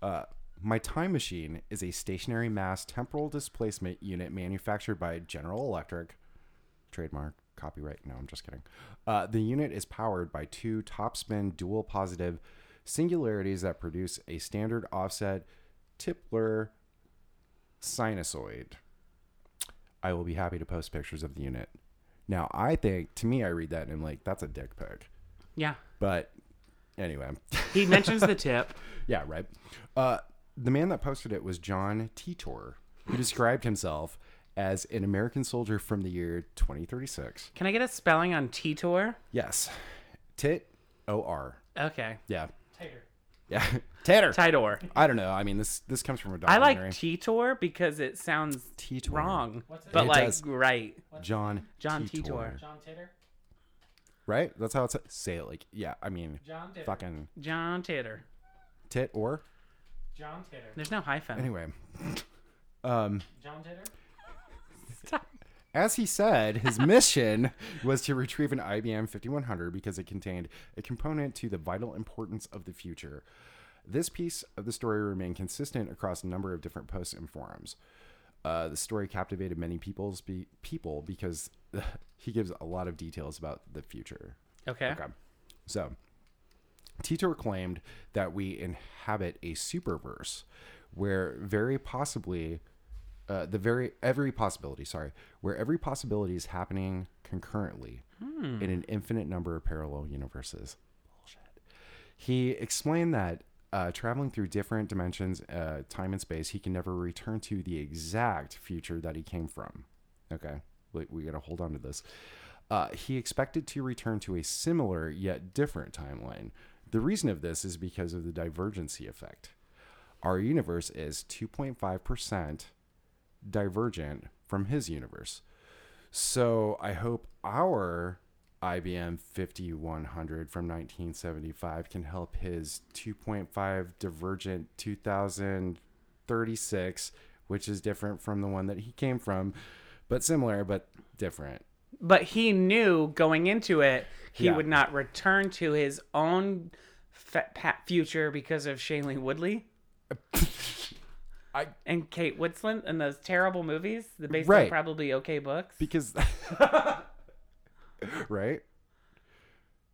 Speaker 2: Uh, my time machine is a stationary mass temporal displacement unit manufactured by General Electric. Trademark, copyright. No, I'm just kidding. Uh, the unit is powered by two topspin dual positive singularities that produce a standard offset Tipler sinusoid. I will be happy to post pictures of the unit. Now, I think, to me, I read that and I'm like, that's a dick pic.
Speaker 1: Yeah.
Speaker 2: But anyway,
Speaker 1: He mentions the tip.
Speaker 2: yeah, right. Uh, the man that posted it was John Titor, who described himself as an American soldier from the year 2036.
Speaker 1: Can I get a spelling on Titor?
Speaker 2: Yes, tit o r.
Speaker 1: Okay.
Speaker 2: Yeah,
Speaker 3: Tighter.
Speaker 2: yeah, Tater.
Speaker 1: Titor.
Speaker 2: I don't know. I mean, this this comes from a
Speaker 1: I like
Speaker 2: documentary.
Speaker 1: Titor because it sounds
Speaker 2: Titor.
Speaker 1: wrong,
Speaker 3: What's it-
Speaker 1: but
Speaker 2: It
Speaker 1: like
Speaker 2: does.
Speaker 1: right.
Speaker 2: John
Speaker 1: John Titor.
Speaker 3: John Titter.
Speaker 2: Right? That's how it's say it. Like, yeah. I mean,
Speaker 3: John Titter.
Speaker 2: fucking
Speaker 1: John Titor.
Speaker 2: tit or
Speaker 3: John Titter.
Speaker 1: There's no hyphen.
Speaker 2: anyway. um.
Speaker 3: John Titter.
Speaker 1: Stop.
Speaker 2: As he said, his mission was to retrieve an IBM 5100 because it contained a component to the vital importance of the future. This piece of the story remained consistent across a number of different posts and forums. Uh, the story captivated many people's be- people because he gives a lot of details about the future.
Speaker 1: Okay.
Speaker 2: Okay. So, Titor claimed that we inhabit a superverse where very possibly uh, the very every possibility, sorry, where every possibility is happening concurrently in an infinite number of parallel universes. Bullshit. He explained that uh, traveling through different dimensions, uh, time and space, he can never return to the exact future that he came from. Okay, we, we got to hold on to this. Uh, he expected to return to a similar yet different timeline. The reason of this is because of the divergency effect. Our universe is 2.5% divergent from his universe. So I hope our IBM 5100 from 1975 can help his 2.5 divergent 2036, which is different from the one that he came from, but similar but different.
Speaker 1: But he knew going into it he
Speaker 2: Yeah.
Speaker 1: would not return to his own fa pa- future because of Shailene Woodley.
Speaker 2: I-
Speaker 1: and Kate Winslet and those terrible movies, the based on
Speaker 2: Right.
Speaker 1: probably okay books.
Speaker 2: Because, right?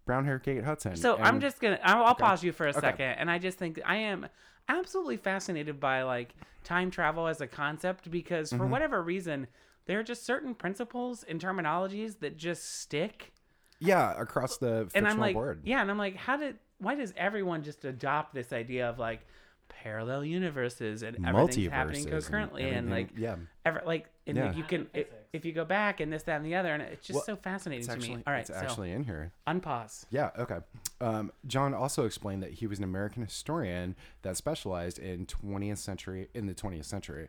Speaker 2: Brown hair Kate Hudson.
Speaker 1: So I'm
Speaker 2: and-
Speaker 1: just gonna. I'll, I'll pause you for a second, and I just think I am absolutely fascinated by like time travel as a concept because
Speaker 2: Mm-hmm.
Speaker 1: for whatever reason there are just certain principles and terminologies that just stick.
Speaker 2: yeah across the
Speaker 1: And
Speaker 2: fictional
Speaker 1: I'm like,
Speaker 2: board.
Speaker 1: yeah, and I'm like, how did? Why does everyone just adopt this idea of like parallel universes and everything's happening
Speaker 2: Multiverses and
Speaker 1: concurrently and,
Speaker 2: everything-
Speaker 1: like
Speaker 2: yeah.
Speaker 1: ever like and like,
Speaker 2: Yeah.
Speaker 1: you can it,
Speaker 3: Physics.
Speaker 1: if you go back and this, that, and the other, and it's just
Speaker 2: Well,
Speaker 1: so fascinating
Speaker 2: It's
Speaker 1: to
Speaker 2: actually,
Speaker 1: me. All right,
Speaker 2: it's
Speaker 1: so
Speaker 2: actually in here.
Speaker 1: unpause.
Speaker 2: Yeah, okay. Um, John also explained that he was an American historian that specialized in 20th century in the 20th century.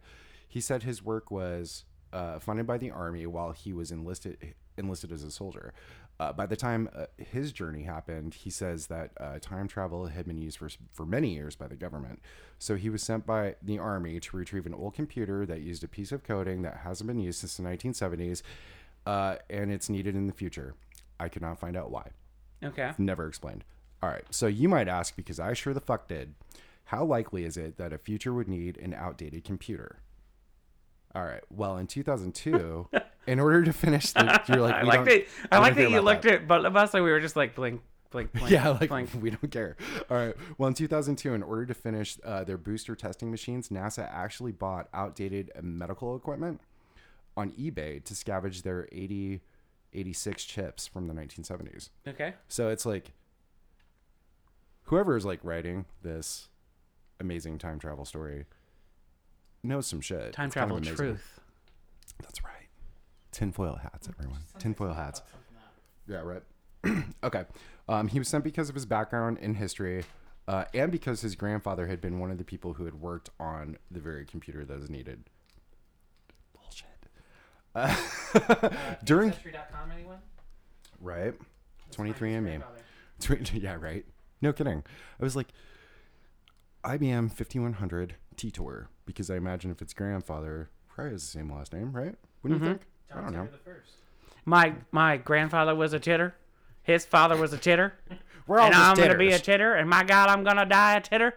Speaker 2: He said his work was uh, funded by the army while he was enlisted enlisted as a soldier. Uh, by the time uh, his journey happened, he says that uh, time travel had been used for s- for many years by the government. So he was sent by the army to retrieve an old computer that used a piece of coding that hasn't been used since the 1970s, uh, and it's needed in the future. I could not find out why.
Speaker 1: Okay.
Speaker 2: Never explained. All right. So you might ask, because I sure the fuck did, how likely is it that a future would need an outdated computer? All right. Well, in 2002, in order to finish the, you're like,
Speaker 1: I
Speaker 2: we
Speaker 1: like
Speaker 2: don't-
Speaker 1: that. I
Speaker 2: don't
Speaker 1: like
Speaker 2: care
Speaker 1: that you
Speaker 2: about
Speaker 1: looked at both of us and we were just like blink, blink, blink.
Speaker 2: yeah, like
Speaker 1: blink.
Speaker 2: we don't care. All right. Well, in 2002, in order to finish uh, their booster testing machines, NASA actually bought outdated medical equipment on eBay to scavenge their 80, 86 chips from the 1970s.
Speaker 1: Okay.
Speaker 2: So it's like whoever is like writing this amazing time travel story knows some shit.
Speaker 1: Time
Speaker 2: It's kind
Speaker 1: travel
Speaker 2: of amazing.
Speaker 1: truth.
Speaker 2: That's right. Tinfoil hats, everyone. Tinfoil hats. Yeah, right. okay. Um, he was sent because of his background in history uh, and because his grandfather had been one of the people who had worked on the very computer that was needed. Bullshit. Uh, during.
Speaker 3: Ancestry.com, anyone?
Speaker 2: Right?
Speaker 3: That's my
Speaker 2: 23andMe.
Speaker 3: grandfather.
Speaker 2: Tweet- yeah, right. No kidding. I was like, IBM 5100 Titor, because I imagine if it's grandfather, probably has the same last name, right? Wouldn't
Speaker 1: Mm-hmm.
Speaker 2: you think? I
Speaker 3: John
Speaker 2: don't know.
Speaker 3: Terry the first.
Speaker 1: My my grandfather was a titter. His father was a titter.
Speaker 2: We're all
Speaker 1: and
Speaker 2: just
Speaker 1: I'm gonna be a
Speaker 2: Oh, titters.
Speaker 1: titter, and my God, I'm gonna die a titter.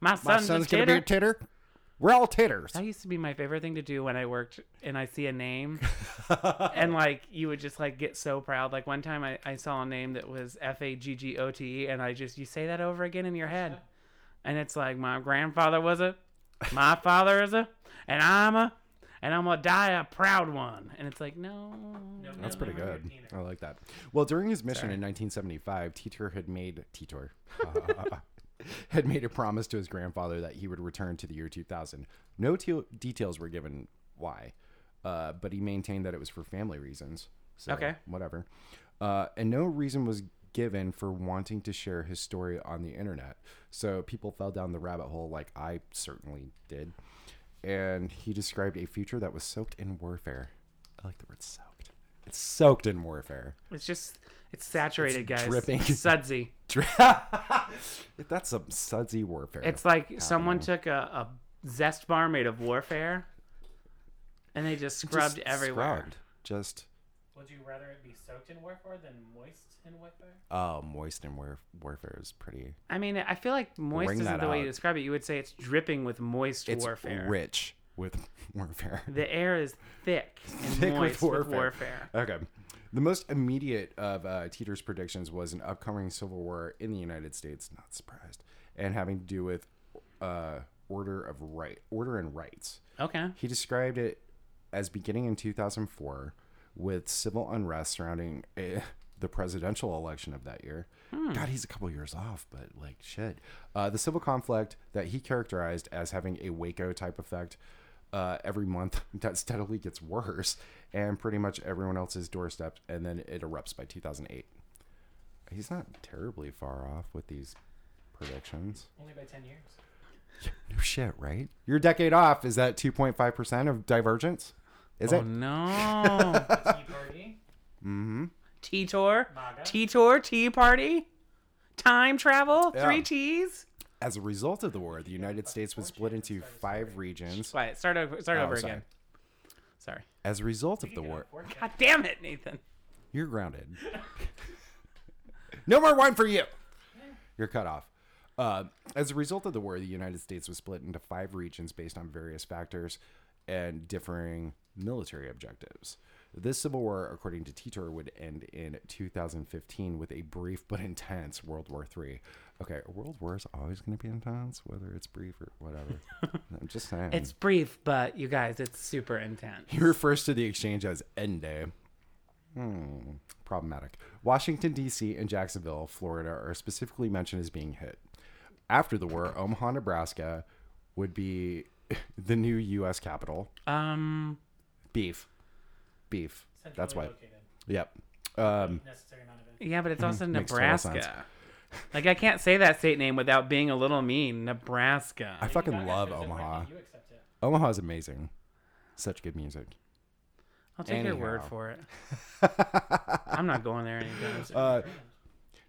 Speaker 1: My
Speaker 2: My
Speaker 1: son's,
Speaker 2: son's
Speaker 1: a
Speaker 2: gonna
Speaker 1: titter.
Speaker 2: be a titter. We're all titters.
Speaker 1: that used to be my favorite thing to do when I worked and I see a name and like you would just like get so proud. Like one time I, I saw a name that was F A G G O T E and I just you say that over again in your head. And it's like my grandfather was a my father is a and I'm a and I'm gonna die a proud one. And it's like no
Speaker 3: No,
Speaker 2: That's
Speaker 3: no,
Speaker 2: pretty
Speaker 3: no, no,
Speaker 2: good.
Speaker 3: neither.
Speaker 2: I like that. Well, during his mission in 1975, Titor had made Titor had made a promise to his grandfather that he would return to the year 2000. No te- details were given why, uh, but he maintained that it was for family reasons. So
Speaker 1: Okay.
Speaker 2: whatever. Uh, and no reason was given for wanting to share his story on the internet. So people fell down the rabbit hole, like I certainly did. And he described a future that was soaked in warfare. I like the word soaked. It's soaked in warfare.
Speaker 1: It's just it's saturated, guys.
Speaker 2: dripping.
Speaker 1: It's sudsy.
Speaker 2: That's some sudsy warfare.
Speaker 1: It's like someone took a, a zest bar made of warfare and they just scrubbed
Speaker 2: Just
Speaker 1: everywhere.
Speaker 2: scrubbed. Just
Speaker 3: Would you rather it be soaked in warfare than moist in warfare?
Speaker 2: uh, moist in war- warfare is pretty.
Speaker 1: I mean, I feel like moist
Speaker 2: Ring
Speaker 1: isn't
Speaker 2: that
Speaker 1: the way you
Speaker 2: out.
Speaker 1: describe it. You would say it's dripping with moist
Speaker 2: It's
Speaker 1: warfare.
Speaker 2: rich with warfare.
Speaker 1: The air is thick and
Speaker 2: Thick with
Speaker 1: moist with warfare.
Speaker 2: warfare. Okay. The most immediate of uh, Teeter's predictions was an upcoming civil war in the United States. Not surprised, and having to do with uh, order of right, order and rights.
Speaker 1: Okay.
Speaker 2: He described it as beginning in 2004 with civil unrest surrounding eh, the presidential election of that year. God, he's a couple years off, but like shit. Uh, the civil conflict that he characterized as having a Waco type effect uh, every month that steadily gets worse and pretty much everyone else's doorstep, and then it erupts by 2008. He's not terribly far off with these predictions.
Speaker 3: Only by 10 years.
Speaker 2: No shit, right? Your decade off is that 2.5% of divergence? Is
Speaker 1: Oh
Speaker 2: it?
Speaker 1: no.
Speaker 3: Tea E party?
Speaker 1: Tea tour.
Speaker 3: MAGA.
Speaker 1: Tea tour. Tea party. Time travel.
Speaker 2: Yeah.
Speaker 1: Three T's.
Speaker 2: As a result of the war, the United States was split into five regions.
Speaker 1: Wait, start over. Start
Speaker 2: Oh,
Speaker 1: over
Speaker 2: sorry.
Speaker 1: again. Sorry.
Speaker 2: As a result of
Speaker 3: You
Speaker 2: the
Speaker 3: can
Speaker 2: war,
Speaker 3: afford that.
Speaker 1: God damn it, Nathan.
Speaker 2: you're grounded. no more wine for you. You're cut off. Uh, as a result of the war, the United States was split into five regions based on various factors and differing military objectives. This civil war, according to Titor, would end in 2015 with a brief but intense World War III. Okay, a World War is always going to be intense, whether it's brief or whatever. I'm just saying.
Speaker 1: It's brief, but you guys, it's super intense.
Speaker 2: He refers to the exchange as N Day. Hmm, problematic. Washington, D.C., and Jacksonville, Florida are specifically mentioned as being hit. After the war, Omaha, Nebraska would be the new U.S. capital.
Speaker 1: Um,
Speaker 2: Beef. beef.
Speaker 3: Centrally
Speaker 2: That's why.
Speaker 3: Located.
Speaker 2: Yep. Um,
Speaker 3: Necessary non-event.
Speaker 1: Yeah, but it's also
Speaker 2: Mm-hmm. Makes total sense.
Speaker 1: Nebraska. Like I can't say that state name without being a little mean. Nebraska.
Speaker 2: I
Speaker 3: If you
Speaker 2: fucking
Speaker 3: got
Speaker 2: love
Speaker 3: accepted, why
Speaker 2: Omaha.
Speaker 3: can't You accept it.
Speaker 2: Omaha's amazing. Such good music.
Speaker 1: I'll take your word
Speaker 2: Anyhow.
Speaker 1: for it. I'm not going there anytime soon.
Speaker 2: Uh,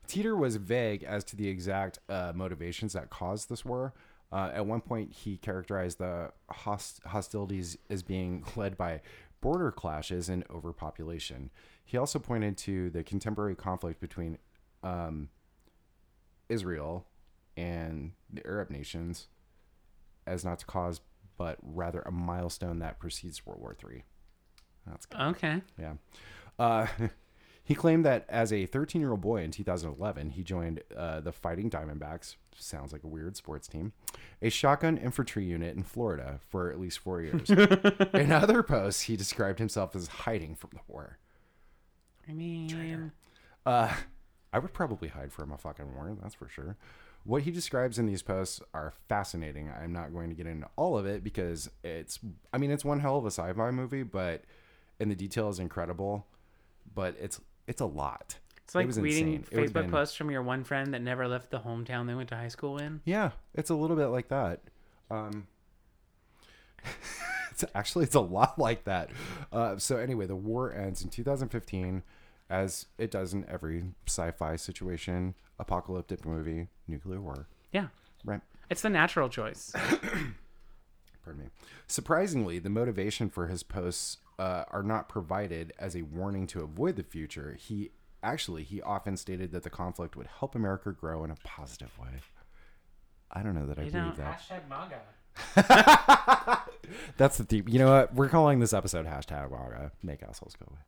Speaker 2: Teeter was vague as to the exact uh, motivations that caused this war. Uh, at one point, he characterized the host- hostilities as being led by border clashes and overpopulation. He also pointed to the contemporary conflict between um, Israel and the Arab nations as not to cause, but rather a milestone that precedes World War III. That's good.
Speaker 1: okay.
Speaker 2: Yeah. Uh, he claimed that as a 13 year old boy in 2011, he joined uh, the Fighting Diamondbacks, sounds like a weird sports team, a shotgun infantry unit in Florida for at least four years. in other posts, he described himself as hiding from the war.
Speaker 1: I mean,
Speaker 2: Uh, I would probably hide from a fucking war, that's for sure. What he describes in these posts are fascinating. I'm not going to get into all of it because it's, I mean, it's one hell of a sci-fi movie, but and the detail is incredible, but it's it's a lot.
Speaker 1: it's like
Speaker 2: was
Speaker 1: reading
Speaker 2: insane. It would've
Speaker 1: Facebook
Speaker 2: been-
Speaker 1: posts from your one friend that never left the hometown they went to high school in.
Speaker 2: Yeah, it's a little bit like that. Um, it's actually it's a lot like that. Uh, so anyway, the war ends in 2015, as it does in every sci-fi situation, apocalyptic movie, nuclear war.
Speaker 1: Yeah,
Speaker 2: Right.
Speaker 1: it's the natural choice.
Speaker 2: Pardon me. Surprisingly, the motivation for his posts uh, are not provided as a warning to avoid the future. He actually he often stated that the conflict would help America grow in a positive way. I don't know that I
Speaker 1: You don't-
Speaker 2: believe that.
Speaker 3: Hashtag MAGA.
Speaker 2: That's the theme. You know what? We're calling this episode hashtag Waga. Make assholes go away.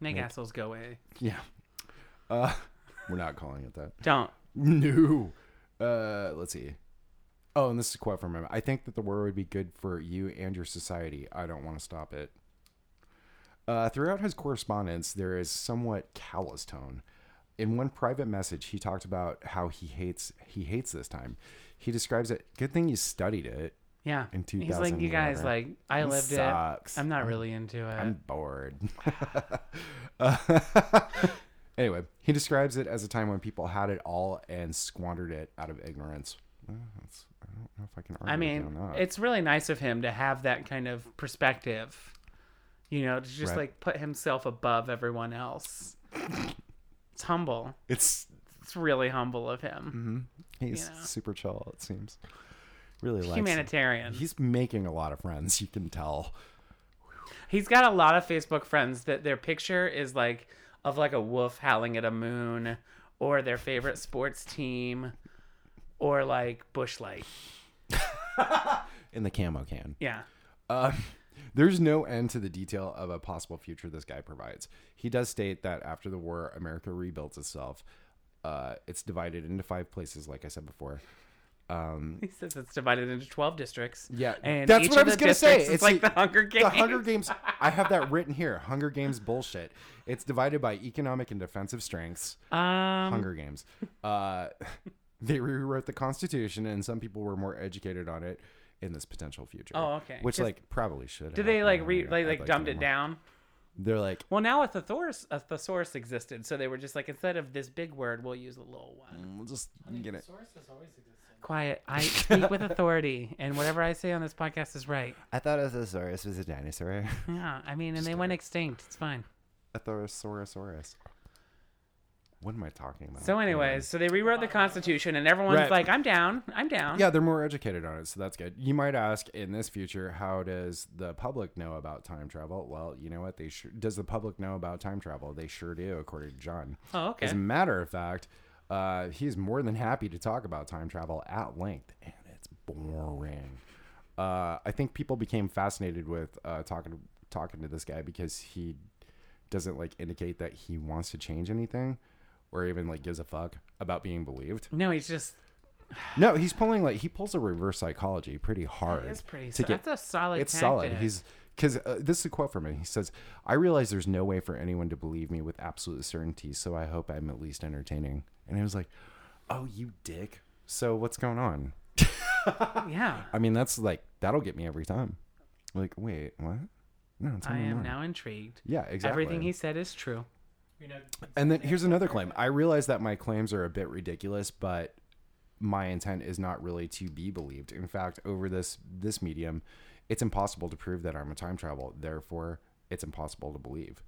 Speaker 1: Make assholes go away.
Speaker 2: Yeah. Uh, we're not calling it that.
Speaker 1: Don't.
Speaker 2: No. Uh, let's see. Oh, and this is a quote from him. I think that the war would be good for you and your society. I don't want to stop it. Uh, throughout his correspondence, there is somewhat callous tone. In one private message, he talked about how he hates he hates this time. He describes it. Good thing you studied it.
Speaker 1: Yeah.
Speaker 2: In
Speaker 1: He's like,
Speaker 2: 2000
Speaker 1: you guys,
Speaker 2: whatever.
Speaker 1: like, I
Speaker 2: It
Speaker 1: lived
Speaker 2: sucks.
Speaker 1: it. I'm not really into it.
Speaker 2: I'm bored. Uh, anyway, he describes it as a time when people had it all and squandered it out of ignorance. Uh, that's- I don't know if I can argue
Speaker 1: I
Speaker 2: with you
Speaker 1: mean,
Speaker 2: on that.
Speaker 1: it's really nice of him to have that kind of perspective. You know, to just
Speaker 2: Right.
Speaker 1: like put himself above everyone else. it's humble.
Speaker 2: it's
Speaker 1: It's really humble of
Speaker 2: Mm-hmm.
Speaker 1: him.
Speaker 2: he's
Speaker 1: Yeah.
Speaker 2: super chill. It seems really likes it.
Speaker 1: Humanitarian. He's,
Speaker 2: He's making a lot of friends. You can tell.
Speaker 1: he's got a lot of Facebook friends that their picture is like of like a wolf howling at a moon or their favorite sports team or like bushlight.
Speaker 2: In the camo can.
Speaker 1: Yeah.
Speaker 2: Uh, there's no end to the detail of a possible future this guy provides. He does state that after the war, America rebuilds itself. Uh, it's divided into five places, like I said before. Um,
Speaker 1: He says it's divided into 12 districts.
Speaker 2: yeah,
Speaker 1: And
Speaker 2: that's
Speaker 1: each
Speaker 2: what I
Speaker 1: of the
Speaker 2: was gonna say.
Speaker 1: districts is like the Hunger Games.
Speaker 2: The Hunger Games. I have that written here. Hunger Games bullshit. It's divided by economic and defensive strengths.
Speaker 1: Um,
Speaker 2: Hunger Games. Uh, they rewrote the Constitution, and some people were more educated on it in this potential future.
Speaker 1: Oh, okay.
Speaker 2: Which
Speaker 1: 'Cause-
Speaker 2: like probably should.
Speaker 1: Did they like re like, like dumbed it down?
Speaker 2: They're like,
Speaker 1: Well, now a thesaurus a thesaurus existed, so they were just like instead of this big word, we'll use a little one.
Speaker 2: "Mm, we'll just get it.
Speaker 3: Source has always existed.
Speaker 1: Quiet. I speak with authority, and whatever I say on this podcast is right.
Speaker 2: I thought a thesaurus was a dinosaur.
Speaker 1: Yeah, I mean, and they went extinct. It's fine.
Speaker 2: a thesaurus. What am I talking about?
Speaker 1: So, anyways, so they rewrote the Constitution, and everyone's
Speaker 2: Right.
Speaker 1: like, "I'm down. I'm down."
Speaker 2: Yeah, they're more educated on it, so that's good. You might ask, in this future, how does the public know about time travel? Well, you know what? They sure does the public know about time travel? They sure do, according to John.
Speaker 1: Oh, okay.
Speaker 2: As a matter of fact, uh, he's more than happy to talk about time travel at length, and it's boring. Uh, I think people became fascinated with uh, talking talking to this guy because he doesn't like indicate that he wants to change anything, or even like gives a fuck about being believed.
Speaker 1: No, he's just
Speaker 2: No, he's pulling like he pulls a reverse psychology pretty hard.
Speaker 1: it's pretty.
Speaker 2: to
Speaker 1: So,
Speaker 2: get-
Speaker 1: that's a solid.
Speaker 2: it's solid.
Speaker 1: tactic.
Speaker 2: He's because uh, this is a quote from him. He says, "I realize there's no way for anyone to believe me with absolute certainty, so I hope I'm at least entertaining." And I was like, "Oh, you dick! So what's going on?"
Speaker 1: yeah.
Speaker 2: I mean, that's like that'll get me every time. Like, wait, what? No, it's
Speaker 1: I am now intrigued.
Speaker 2: Yeah, exactly.
Speaker 1: Everything he said is true.
Speaker 3: You know,
Speaker 2: And then here's another claim. I realize that my claims are a bit ridiculous, but my intent is not really to be believed. In fact, over this this medium, it's impossible to prove that I'm a time travel. Therefore, it's impossible to believe.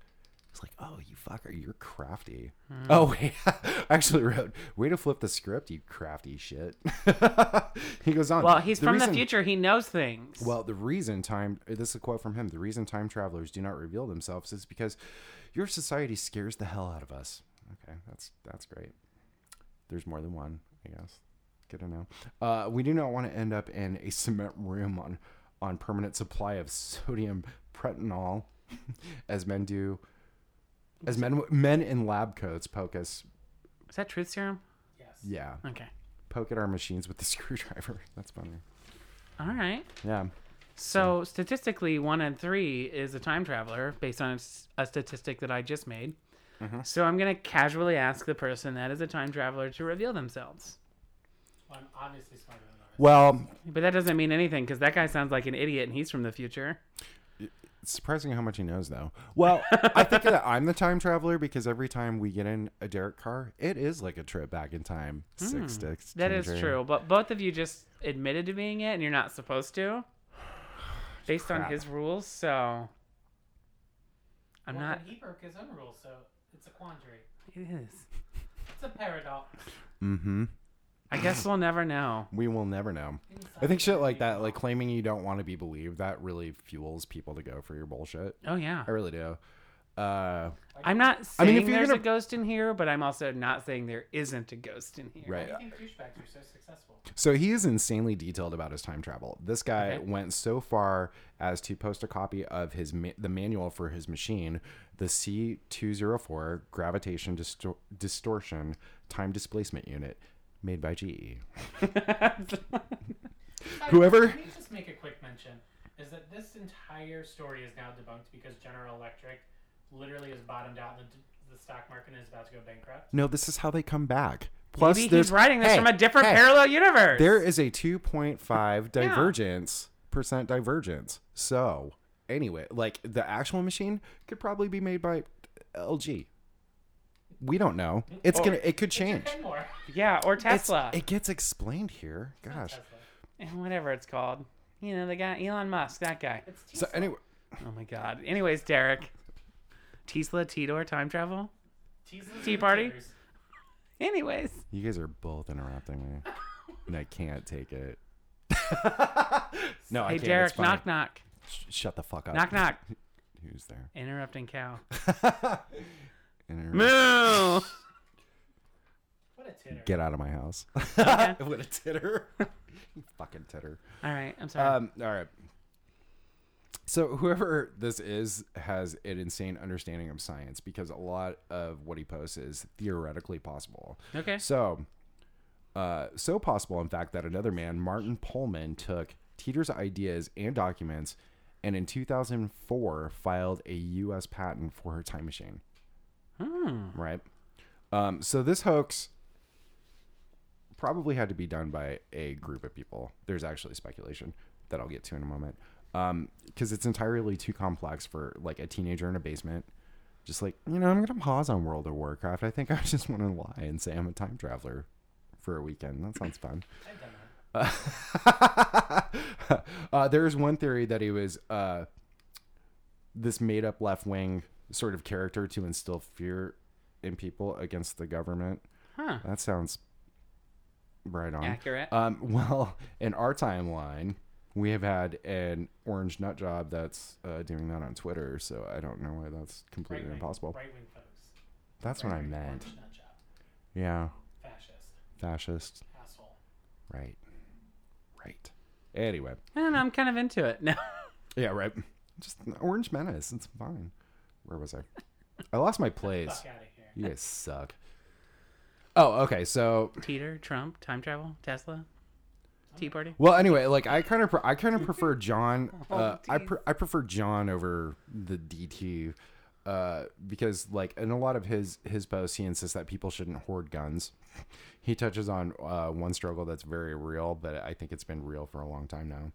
Speaker 2: It's like, oh, you fucker, you're crafty.
Speaker 1: Hmm.
Speaker 2: Oh, wait, I actually wrote, way to flip the script, you crafty shit. he goes on.
Speaker 1: Well, he's from the
Speaker 2: reason-
Speaker 1: future. He knows things.
Speaker 2: well, the reason time uh, this is a quote from him, the reason time travelers do not reveal themselves is because your society scares the hell out of us. Okay, that's that's great. There's more than one, I guess. Good to know. Uh, we do not want to end up in a cement room on on permanent supply of sodium pretinol, as men do, as men men in lab coats poke us.
Speaker 1: is that truth serum?
Speaker 3: yes.
Speaker 2: Yeah,
Speaker 1: Okay.
Speaker 2: poke at our machines with the screwdriver. That's funny.
Speaker 1: All right.
Speaker 2: Yeah.
Speaker 1: So statistically, one in three is a time traveler, based on a s- a statistic that I just made.
Speaker 2: Mm-hmm.
Speaker 1: So I'm gonna casually ask the person that is a time traveler to reveal themselves.
Speaker 3: Well, I'm obviously smarter than the rest.
Speaker 2: Well,
Speaker 1: But that doesn't mean anything because that guy sounds like an idiot and he's from the future.
Speaker 2: It's surprising how much he knows, though. Well, I think that I'm the time traveler because every time we get in a Derek car, it is like a trip back in time. Six sticks.
Speaker 1: Hmm. That is true. But both of you just admitted to being it and you're not supposed to, based on
Speaker 2: Crap.
Speaker 1: his rules. So I'm
Speaker 3: well,
Speaker 1: not.
Speaker 3: then He broke his own rules, so it's a quandary.
Speaker 1: It is.
Speaker 3: It's a paradox.
Speaker 2: Mm-hmm.
Speaker 1: I guess we'll never know.
Speaker 2: We will never know.
Speaker 3: Inside
Speaker 2: I think shit like
Speaker 3: you.
Speaker 2: that, like claiming you don't want to be believed, that really fuels people to go for your bullshit.
Speaker 1: Oh yeah.
Speaker 2: I really do. Uh,
Speaker 1: I'm not
Speaker 2: I
Speaker 1: saying
Speaker 2: mean, if you're
Speaker 1: there's
Speaker 2: gonna-
Speaker 1: a ghost in here, but I'm also not saying there isn't a ghost in here.
Speaker 2: Right.
Speaker 3: Why do you think douchebags are so successful?
Speaker 2: So he is insanely detailed about his time travel. This guy
Speaker 1: Okay.
Speaker 2: went so far as to post a copy of his ma- the manual for his machine, the C204 gravitation distor- distortion time displacement unit made by E GE.
Speaker 3: Besides,
Speaker 2: Whoever-
Speaker 3: Let me just make a quick mention is that this entire story is now debunked because General Electric literally is bottomed out and the, the stock market is about to go bankrupt.
Speaker 2: No, this is how they come back. Plus
Speaker 1: Maybe
Speaker 2: there's
Speaker 1: he's writing this
Speaker 2: Hey,
Speaker 1: from a different
Speaker 2: hey,
Speaker 1: parallel universe.
Speaker 2: There is a 2.5 divergence percent divergence. So, anyway, like the actual machine could probably be made by LG. We don't know. It's going to it could change.
Speaker 3: It's your Kenmore.
Speaker 1: yeah, or
Speaker 2: It's-
Speaker 1: Tesla,
Speaker 2: it gets explained here. Gosh.
Speaker 3: Tesla.
Speaker 1: and whatever it's called. You know, the guy Elon Musk, that guy.
Speaker 3: It's
Speaker 2: So
Speaker 3: Tesla.
Speaker 2: anyway,
Speaker 1: Oh my God. Anyways, Derek, Tesla, Tidor, time travel.
Speaker 3: Tesla's
Speaker 1: Tea party?
Speaker 3: dictators.
Speaker 1: Anyways,
Speaker 2: you guys are both interrupting me, and I can't take it. no, I
Speaker 1: hey
Speaker 2: can't. it's Uh,
Speaker 1: Derek,
Speaker 2: fine.
Speaker 1: knock knock,
Speaker 2: Sh- Shut the fuck up.
Speaker 1: knock knock.
Speaker 2: Who's there?
Speaker 1: Interrupting cow.
Speaker 2: Interrupt.
Speaker 1: Moo.
Speaker 3: What a titter.
Speaker 2: Get out of my house.
Speaker 1: Okay.
Speaker 2: I'm gonna titter. you fucking titter.
Speaker 1: All right, I'm sorry.
Speaker 2: Um, all right. So whoever this is has an insane understanding of science because a lot of what he posts is theoretically possible.
Speaker 1: okay.
Speaker 2: So, uh, so possible, in fact, that another man, Martin Pullman, took Teeter's ideas and documents and in 2004 filed a U.S. patent for her time machine. Right? Um, so, this hoax probably had to be done by a group of people. There's actually speculation that I'll get to in a moment. Because it's entirely too complex for like a teenager in a basement. Just like, you know, I'm going to pause on World of Warcraft. I think I just want to lie and say I'm a time traveler for a weekend. That sounds fun.
Speaker 3: I've done that.
Speaker 2: uh, there is one theory that he was uh, this made up left wing sort of character to instill fear in people against the government.
Speaker 1: Huh.
Speaker 2: That sounds right on.
Speaker 1: Accurate.
Speaker 2: Um, well, in our timeline, we have had an orange nut job that's uh, doing that on Twitter, so I don't know why that's completely
Speaker 3: Right-wing-
Speaker 2: impossible.
Speaker 3: Right-wing folks.
Speaker 2: That's what I
Speaker 3: Right-wing
Speaker 2: meant.
Speaker 3: orange nut job.
Speaker 2: Yeah,
Speaker 3: Fascist.
Speaker 2: fascist.
Speaker 3: Asshole.
Speaker 2: Right. Right. Anyway.
Speaker 1: I don't know. I'm kind of into it. No.
Speaker 2: Yeah, right. Just an orange menace. It's fine. Where was I? I lost my place.
Speaker 3: Fuck out of here.
Speaker 2: You guys suck. Oh, okay. So,
Speaker 1: Teeter, Trump, time travel, Tesla, Tea Party.
Speaker 2: well, anyway, like I kind of, pre- I kind of prefer John. Uh, I, pre- I prefer John over the DT, uh, because like in a lot of his his posts, he insists that people shouldn't hoard guns. He touches on uh, one struggle that's very real, but I think it's been real for a long time now.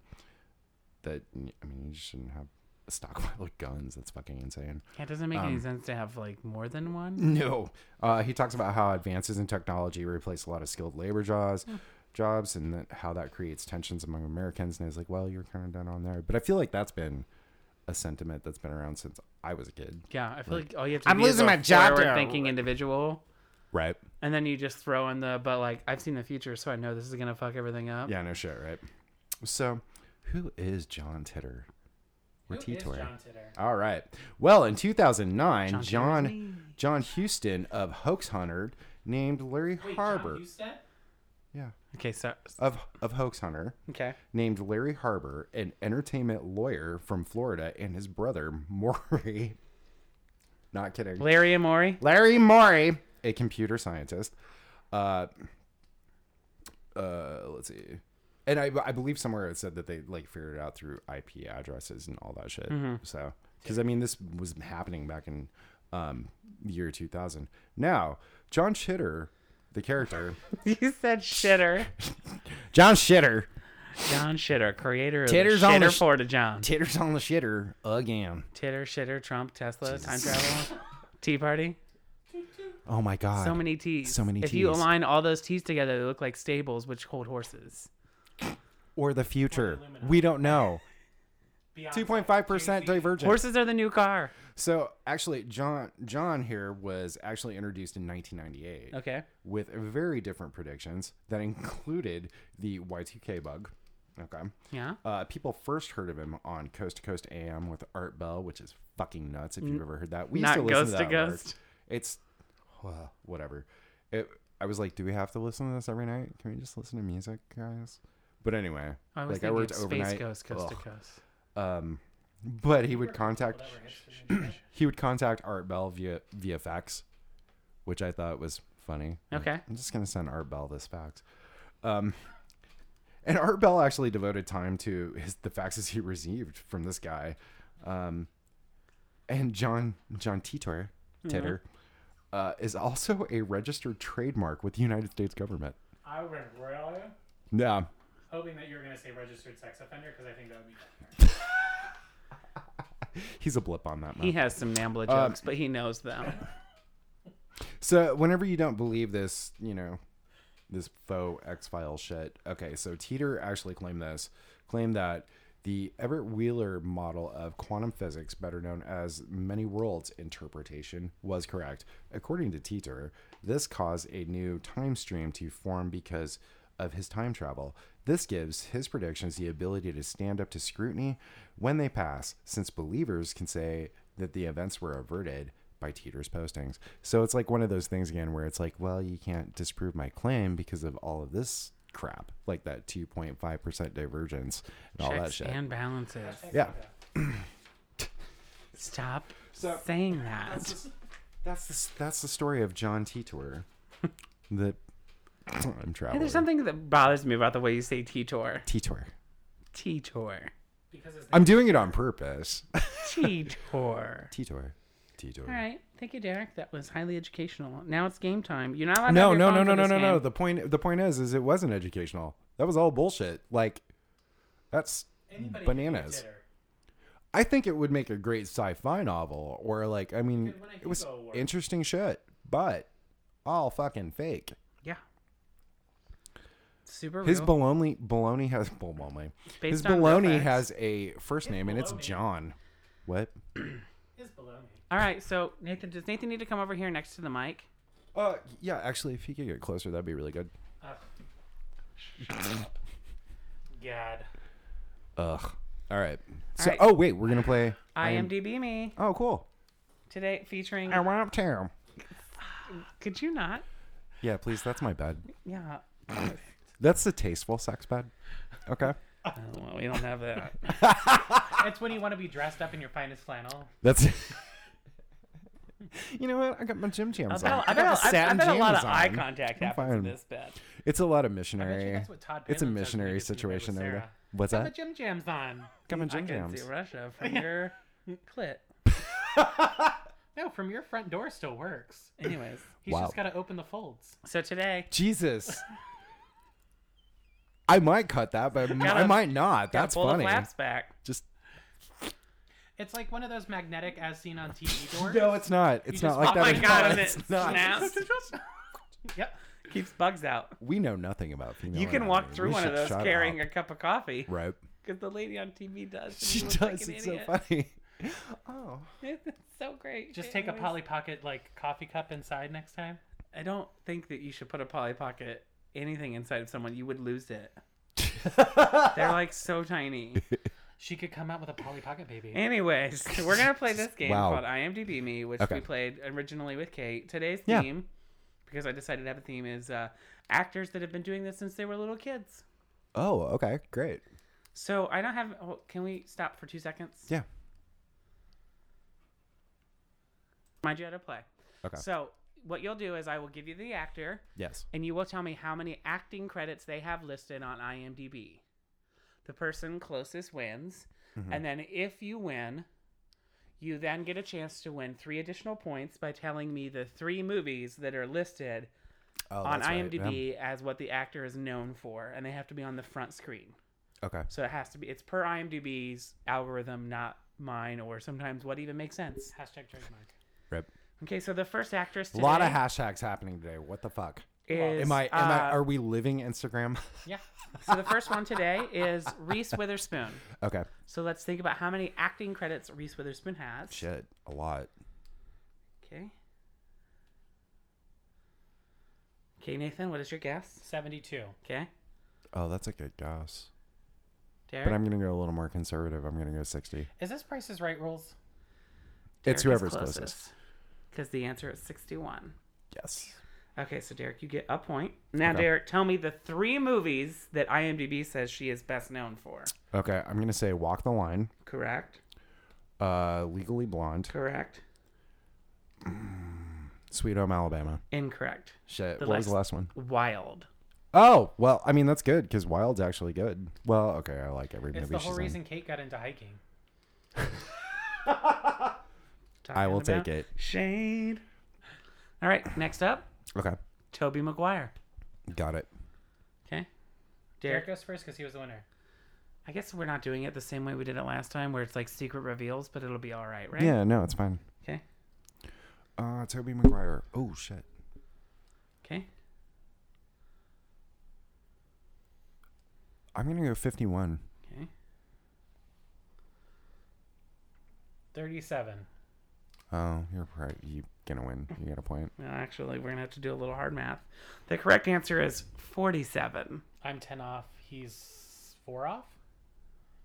Speaker 2: That I mean, you just shouldn't have stockpile of guns. That's fucking insane.
Speaker 1: Yeah, it doesn't make
Speaker 2: Um,
Speaker 1: any sense to have like more than one.
Speaker 2: No. Uh, he talks about how advances in technology replace a lot of skilled labor jobs,
Speaker 3: Hmm.
Speaker 2: jobs, and that, how that creates tensions among Americans. And I was like, well, you're kind of done on there. But I feel like that's been a sentiment that's been around since I was a kid.
Speaker 1: Yeah, I feel like all you have to
Speaker 2: I'm
Speaker 1: be is
Speaker 2: losing
Speaker 1: a
Speaker 2: my job now.
Speaker 1: forward-thinking individual,
Speaker 2: Right.
Speaker 1: and then you just throw in the but like I've seen the future, so I know this is gonna fuck everything up.
Speaker 2: Yeah, no shit, right? So, who is John Titor? Or
Speaker 3: Who is
Speaker 2: Titor?
Speaker 3: John Titter?
Speaker 2: All right. Well, in 2009,
Speaker 1: John
Speaker 2: John
Speaker 1: Titor's me.
Speaker 2: John, Houston of Hoax Hunter named Larry
Speaker 3: Wait,
Speaker 2: Harbor.
Speaker 3: John Husted?
Speaker 2: yeah.
Speaker 1: Okay, so
Speaker 2: Of of Hoax Hunter
Speaker 1: okay,
Speaker 2: named Larry Harbor, an entertainment lawyer from Florida, and his brother Maury. Not kidding.
Speaker 1: Larry and Maury.
Speaker 2: Larry Maury, a computer scientist. Uh, uh, let's see. And I, I believe somewhere it said that they like figured it out through IP addresses and all that shit.
Speaker 1: Mm-hmm.
Speaker 2: So, because I mean, this was happening back in um, the year 2000. Now, John Shitter, the character,
Speaker 1: you said shitter.
Speaker 2: John Shitter,
Speaker 1: John Shitter, creator of
Speaker 2: Titter's
Speaker 1: the
Speaker 2: on the
Speaker 1: Shitter
Speaker 2: sh-
Speaker 1: Florida John.
Speaker 2: Titter's on the shitter again.
Speaker 1: Titter, Shitter, Trump, Tesla, time travel, Tea Party.
Speaker 2: Oh my god.
Speaker 1: So many T's.
Speaker 2: So many
Speaker 1: If you
Speaker 2: Ts.
Speaker 1: align all those T's together, they look like stables, which hold horses.
Speaker 2: or the future.
Speaker 3: Illuminati.
Speaker 2: We don't know.
Speaker 3: Beyonce,
Speaker 2: 2.5%
Speaker 3: Jay-Z.
Speaker 2: divergent.
Speaker 1: Horses are the new car.
Speaker 2: So actually, John John here was actually introduced in 1998
Speaker 1: Okay.
Speaker 2: with very different predictions that included the Y2K bug. Okay,
Speaker 1: Yeah.
Speaker 2: uh, people first heard of him on Coast to Coast AM with Art Bell, which is fucking nuts. If you've ever heard that, we used
Speaker 1: Mm. Not
Speaker 2: to listen to
Speaker 1: Ghost to
Speaker 2: that. at work.
Speaker 1: Ghost?
Speaker 2: It's well, whatever. It, I was like, do we have to listen to this every night? Can we just listen to music, guys? But anyway,
Speaker 1: I was
Speaker 2: like I
Speaker 1: thinking
Speaker 2: worked
Speaker 1: Space
Speaker 2: overnight.
Speaker 1: Ghost, Coast to
Speaker 2: Ugh.
Speaker 1: Coast.
Speaker 2: Um, but he would contact
Speaker 3: Well, that were hipsters and shit.
Speaker 2: he would contact Art Bell via via fax, which I thought was funny.
Speaker 1: Okay.
Speaker 2: I'm just gonna send Art Bell this fax. Um, and Art Bell actually devoted time to his the faxes he received from this guy, um, and John John Titor Titter. Uh, is also a registered trademark with the United States government.
Speaker 3: I would really
Speaker 2: Yeah,
Speaker 3: hoping that you were going to say registered sex offender because I think that would be better.
Speaker 2: he's a blip on that.
Speaker 1: He
Speaker 2: Map.
Speaker 1: has some Nambla
Speaker 2: Uh,
Speaker 1: jokes, but he knows them.
Speaker 2: So whenever you don't believe this, you know, this faux X file shit. Okay, so Teeter actually claimed this, claimed that the Everett Wheeler model of quantum physics, better known as many worlds interpretation, was correct. According to Teeter, this caused a new time stream to form because of his time travel. This gives his predictions the ability to stand up to scrutiny when they pass, since believers can say that the events were averted by Teeter's postings. So it's like one of those things again where it's like, well, you can't disprove my claim because of all of this crap, like that 2.5% divergence and all that
Speaker 1: Checks
Speaker 2: shit.
Speaker 1: and balances.
Speaker 2: yeah.
Speaker 1: Stop
Speaker 2: So-
Speaker 1: saying that.
Speaker 2: That's the, s- that's the story of John Titor. the I'm traveling.
Speaker 1: And there's something that bothers me about the way you say Titor.
Speaker 2: Titor.
Speaker 1: Titor.
Speaker 3: Because it's
Speaker 2: I'm doing it on purpose.
Speaker 1: Titor.
Speaker 2: Titor. Titor.
Speaker 1: All right. Thank you, Derek. That was highly educational. Now it's game time. You're not allowed
Speaker 2: No,
Speaker 1: to have your
Speaker 2: no, no,
Speaker 1: phone
Speaker 2: no,
Speaker 1: for
Speaker 2: no,
Speaker 1: this
Speaker 2: no, no.
Speaker 1: game.
Speaker 2: The point the point is is it wasn't educational. That was all bullshit. Like that's
Speaker 3: anybody can be a
Speaker 2: bananas.
Speaker 3: titter.
Speaker 2: I think it would make a great sci-fi novel, or like, I mean,
Speaker 3: Good one, I
Speaker 2: it was
Speaker 3: Hugo Award.
Speaker 2: interesting shit, but all fucking fake.
Speaker 1: Yeah. Super
Speaker 2: His
Speaker 1: real.
Speaker 2: baloney, baloney has baloney.
Speaker 1: based
Speaker 2: His
Speaker 1: on real
Speaker 2: baloney
Speaker 1: facts.
Speaker 2: has a first name, and it's
Speaker 3: baloney.
Speaker 2: John. What?
Speaker 3: It's baloney.
Speaker 1: All right, so Nathan, does Nathan need to come over here next to the mic?
Speaker 2: Uh, yeah. Actually, if you could get closer, that'd be really good.
Speaker 3: Ugh. Oh. God.
Speaker 2: Ugh. All right. So,
Speaker 1: right.
Speaker 2: oh wait, we're gonna play.
Speaker 1: IMDb me
Speaker 2: Oh, cool.
Speaker 1: today featuring.
Speaker 2: I want to.
Speaker 1: Could you not?
Speaker 2: Yeah, please. That's my bed.
Speaker 1: Yeah.
Speaker 2: That's the tasteful sex bed. Okay.
Speaker 1: Oh, well, we don't have that.
Speaker 3: It's when you want to be dressed up in your finest flannel.
Speaker 2: That's. you know what? I got my gym jams
Speaker 1: I
Speaker 2: on.
Speaker 1: bet, I bet,
Speaker 2: got the
Speaker 1: I, I
Speaker 2: satin
Speaker 1: bet a lot of
Speaker 2: jammies
Speaker 1: eye
Speaker 2: on.
Speaker 1: contact
Speaker 2: I'm
Speaker 1: happens in
Speaker 2: fine.
Speaker 1: this bed.
Speaker 2: It's a lot of
Speaker 3: I bet you
Speaker 2: missionary.
Speaker 3: that's what Todd
Speaker 2: It's a
Speaker 3: Palin says when he
Speaker 2: missionary
Speaker 3: gets in bed with
Speaker 2: situation over there.
Speaker 3: Sarah.
Speaker 2: What's
Speaker 1: Got the
Speaker 2: that?
Speaker 1: Jim Jams on.
Speaker 2: Got my
Speaker 1: I
Speaker 2: Jim
Speaker 1: can see
Speaker 2: Jams.
Speaker 1: Russia from your clit.
Speaker 3: No, from your front door still works.
Speaker 1: Anyways,
Speaker 3: He's
Speaker 2: Wow.
Speaker 3: just got to open the folds.
Speaker 1: so today,
Speaker 2: Jesus. I might cut that, but I
Speaker 1: Gotta-
Speaker 2: might not.
Speaker 1: gotta
Speaker 2: That's
Speaker 1: pull the
Speaker 2: funny.
Speaker 1: flaps back.
Speaker 2: Just
Speaker 3: It's like one of those magnetic, as seen on TV doors.
Speaker 2: No, it's not. It's
Speaker 3: just-
Speaker 2: not like
Speaker 1: oh
Speaker 2: that.
Speaker 1: my
Speaker 2: at
Speaker 1: god,
Speaker 2: all.
Speaker 1: and it
Speaker 2: It's not.
Speaker 1: snaps.
Speaker 3: Yep.
Speaker 1: Keeps bugs out.
Speaker 2: We know nothing about female.
Speaker 1: You can walk
Speaker 2: anatomy.
Speaker 1: through
Speaker 2: We
Speaker 1: one of
Speaker 2: should
Speaker 1: those
Speaker 2: shut
Speaker 1: carrying
Speaker 2: up.
Speaker 1: a cup of coffee
Speaker 2: rope.
Speaker 1: because the lady on TV does. and
Speaker 2: She
Speaker 1: you look like
Speaker 2: does.
Speaker 1: an
Speaker 2: It's
Speaker 1: idiot.
Speaker 2: so funny. Oh,
Speaker 1: It's so great.
Speaker 3: Just
Speaker 1: It
Speaker 3: take a
Speaker 1: always-
Speaker 3: Polly Pocket like coffee cup inside next time.
Speaker 1: I don't think that you should put a Polly Pocket anything inside of someone. You would lose it. They're like so tiny.
Speaker 3: She could come out with a Polly Pocket baby.
Speaker 1: Anyways, we're gonna play this game
Speaker 2: Wow.
Speaker 1: called IMDb Me, which
Speaker 2: Okay.
Speaker 1: we played originally with Kate. Today's
Speaker 2: Yeah.
Speaker 1: theme, because I decided to have a theme, is uh, actors that have been doing this since they were little kids.
Speaker 2: oh, okay, great.
Speaker 1: So I don't have. Oh, can we stop for two seconds?
Speaker 2: Yeah.
Speaker 1: Mind you how to play.
Speaker 2: Okay.
Speaker 1: So what you'll do is I will give you the actor,
Speaker 2: Yes.
Speaker 1: and you will tell me how many acting credits they have listed on IMDb. The person closest wins,
Speaker 2: Mm-hmm.
Speaker 1: and then if you win, you then get a chance to win three additional points by telling me the three movies that are listed
Speaker 2: Oh,
Speaker 1: on
Speaker 2: that's right, yeah.
Speaker 1: IMDb as what the actor is known for, and they have to be on the front screen.
Speaker 2: Um, Okay.
Speaker 1: So it has to be it's per IMDb's algorithm, not mine, or sometimes what even makes sense.
Speaker 3: Hashtag trademark.
Speaker 2: Rip.
Speaker 1: Okay, so the first actress
Speaker 2: A
Speaker 1: today
Speaker 2: lot of hashtags happening today. What the fuck?
Speaker 1: is
Speaker 2: Am I? Am I?
Speaker 1: uh,
Speaker 2: Are we living Instagram?
Speaker 3: Yeah.
Speaker 1: so the first one today is Reese Witherspoon.
Speaker 2: okay.
Speaker 1: So let's think about how many acting credits Reese Witherspoon has.
Speaker 2: Shit. A lot.
Speaker 1: Okay. Okay, Nathan, what is your guess?
Speaker 3: 72.
Speaker 1: Okay.
Speaker 2: Oh, that's a good guess.
Speaker 1: Derek.
Speaker 2: But I'm gonna go a little more conservative. I'm gonna go sixty.
Speaker 3: Is this Price is Right rules?
Speaker 2: It's whoever's closest.
Speaker 1: Because the answer is 61.
Speaker 2: Yes.
Speaker 1: Okay, so Derek, you get a point. Now,
Speaker 2: Okay.
Speaker 1: Derek, tell me the three movies that IMDb says she is best known for.
Speaker 2: Okay. I'm gonna say Walk the Line,
Speaker 1: Correct.
Speaker 2: uh, Legally Blonde,
Speaker 1: Correct.
Speaker 2: Sweet Home Alabama.
Speaker 1: Incorrect.
Speaker 2: Shit.
Speaker 1: The
Speaker 2: what was the last one?
Speaker 1: Wild.
Speaker 2: Oh, well, I mean that's good because Wild's actually good. Well, okay, I like every
Speaker 3: It's
Speaker 2: movie
Speaker 3: the
Speaker 2: she's
Speaker 3: whole
Speaker 2: in.
Speaker 3: reason Kate got into hiking.
Speaker 2: I
Speaker 1: Talking
Speaker 2: will take
Speaker 1: about
Speaker 2: it.
Speaker 1: Shade. All right, next up,
Speaker 2: Okay,
Speaker 1: Toby Maguire.
Speaker 2: got it.
Speaker 1: Okay.
Speaker 3: Derek
Speaker 1: Derek,
Speaker 3: goes first because he was the winner.
Speaker 1: I guess we're not doing it the same way we did it last time, where it's like secret reveals, but it'll be all right, right?
Speaker 2: Yeah, no, it's fine.
Speaker 1: Okay.
Speaker 2: Uh, Toby Maguire. Oh shit.
Speaker 1: Okay.
Speaker 2: I'm gonna go 51.
Speaker 1: Okay.
Speaker 3: 37.
Speaker 2: Oh, you're right. You gonna win. You got a point.
Speaker 1: Well, actually, we're gonna have to do a little hard math. The correct answer is forty-seven.
Speaker 3: I'm 10 off. He's 4 off?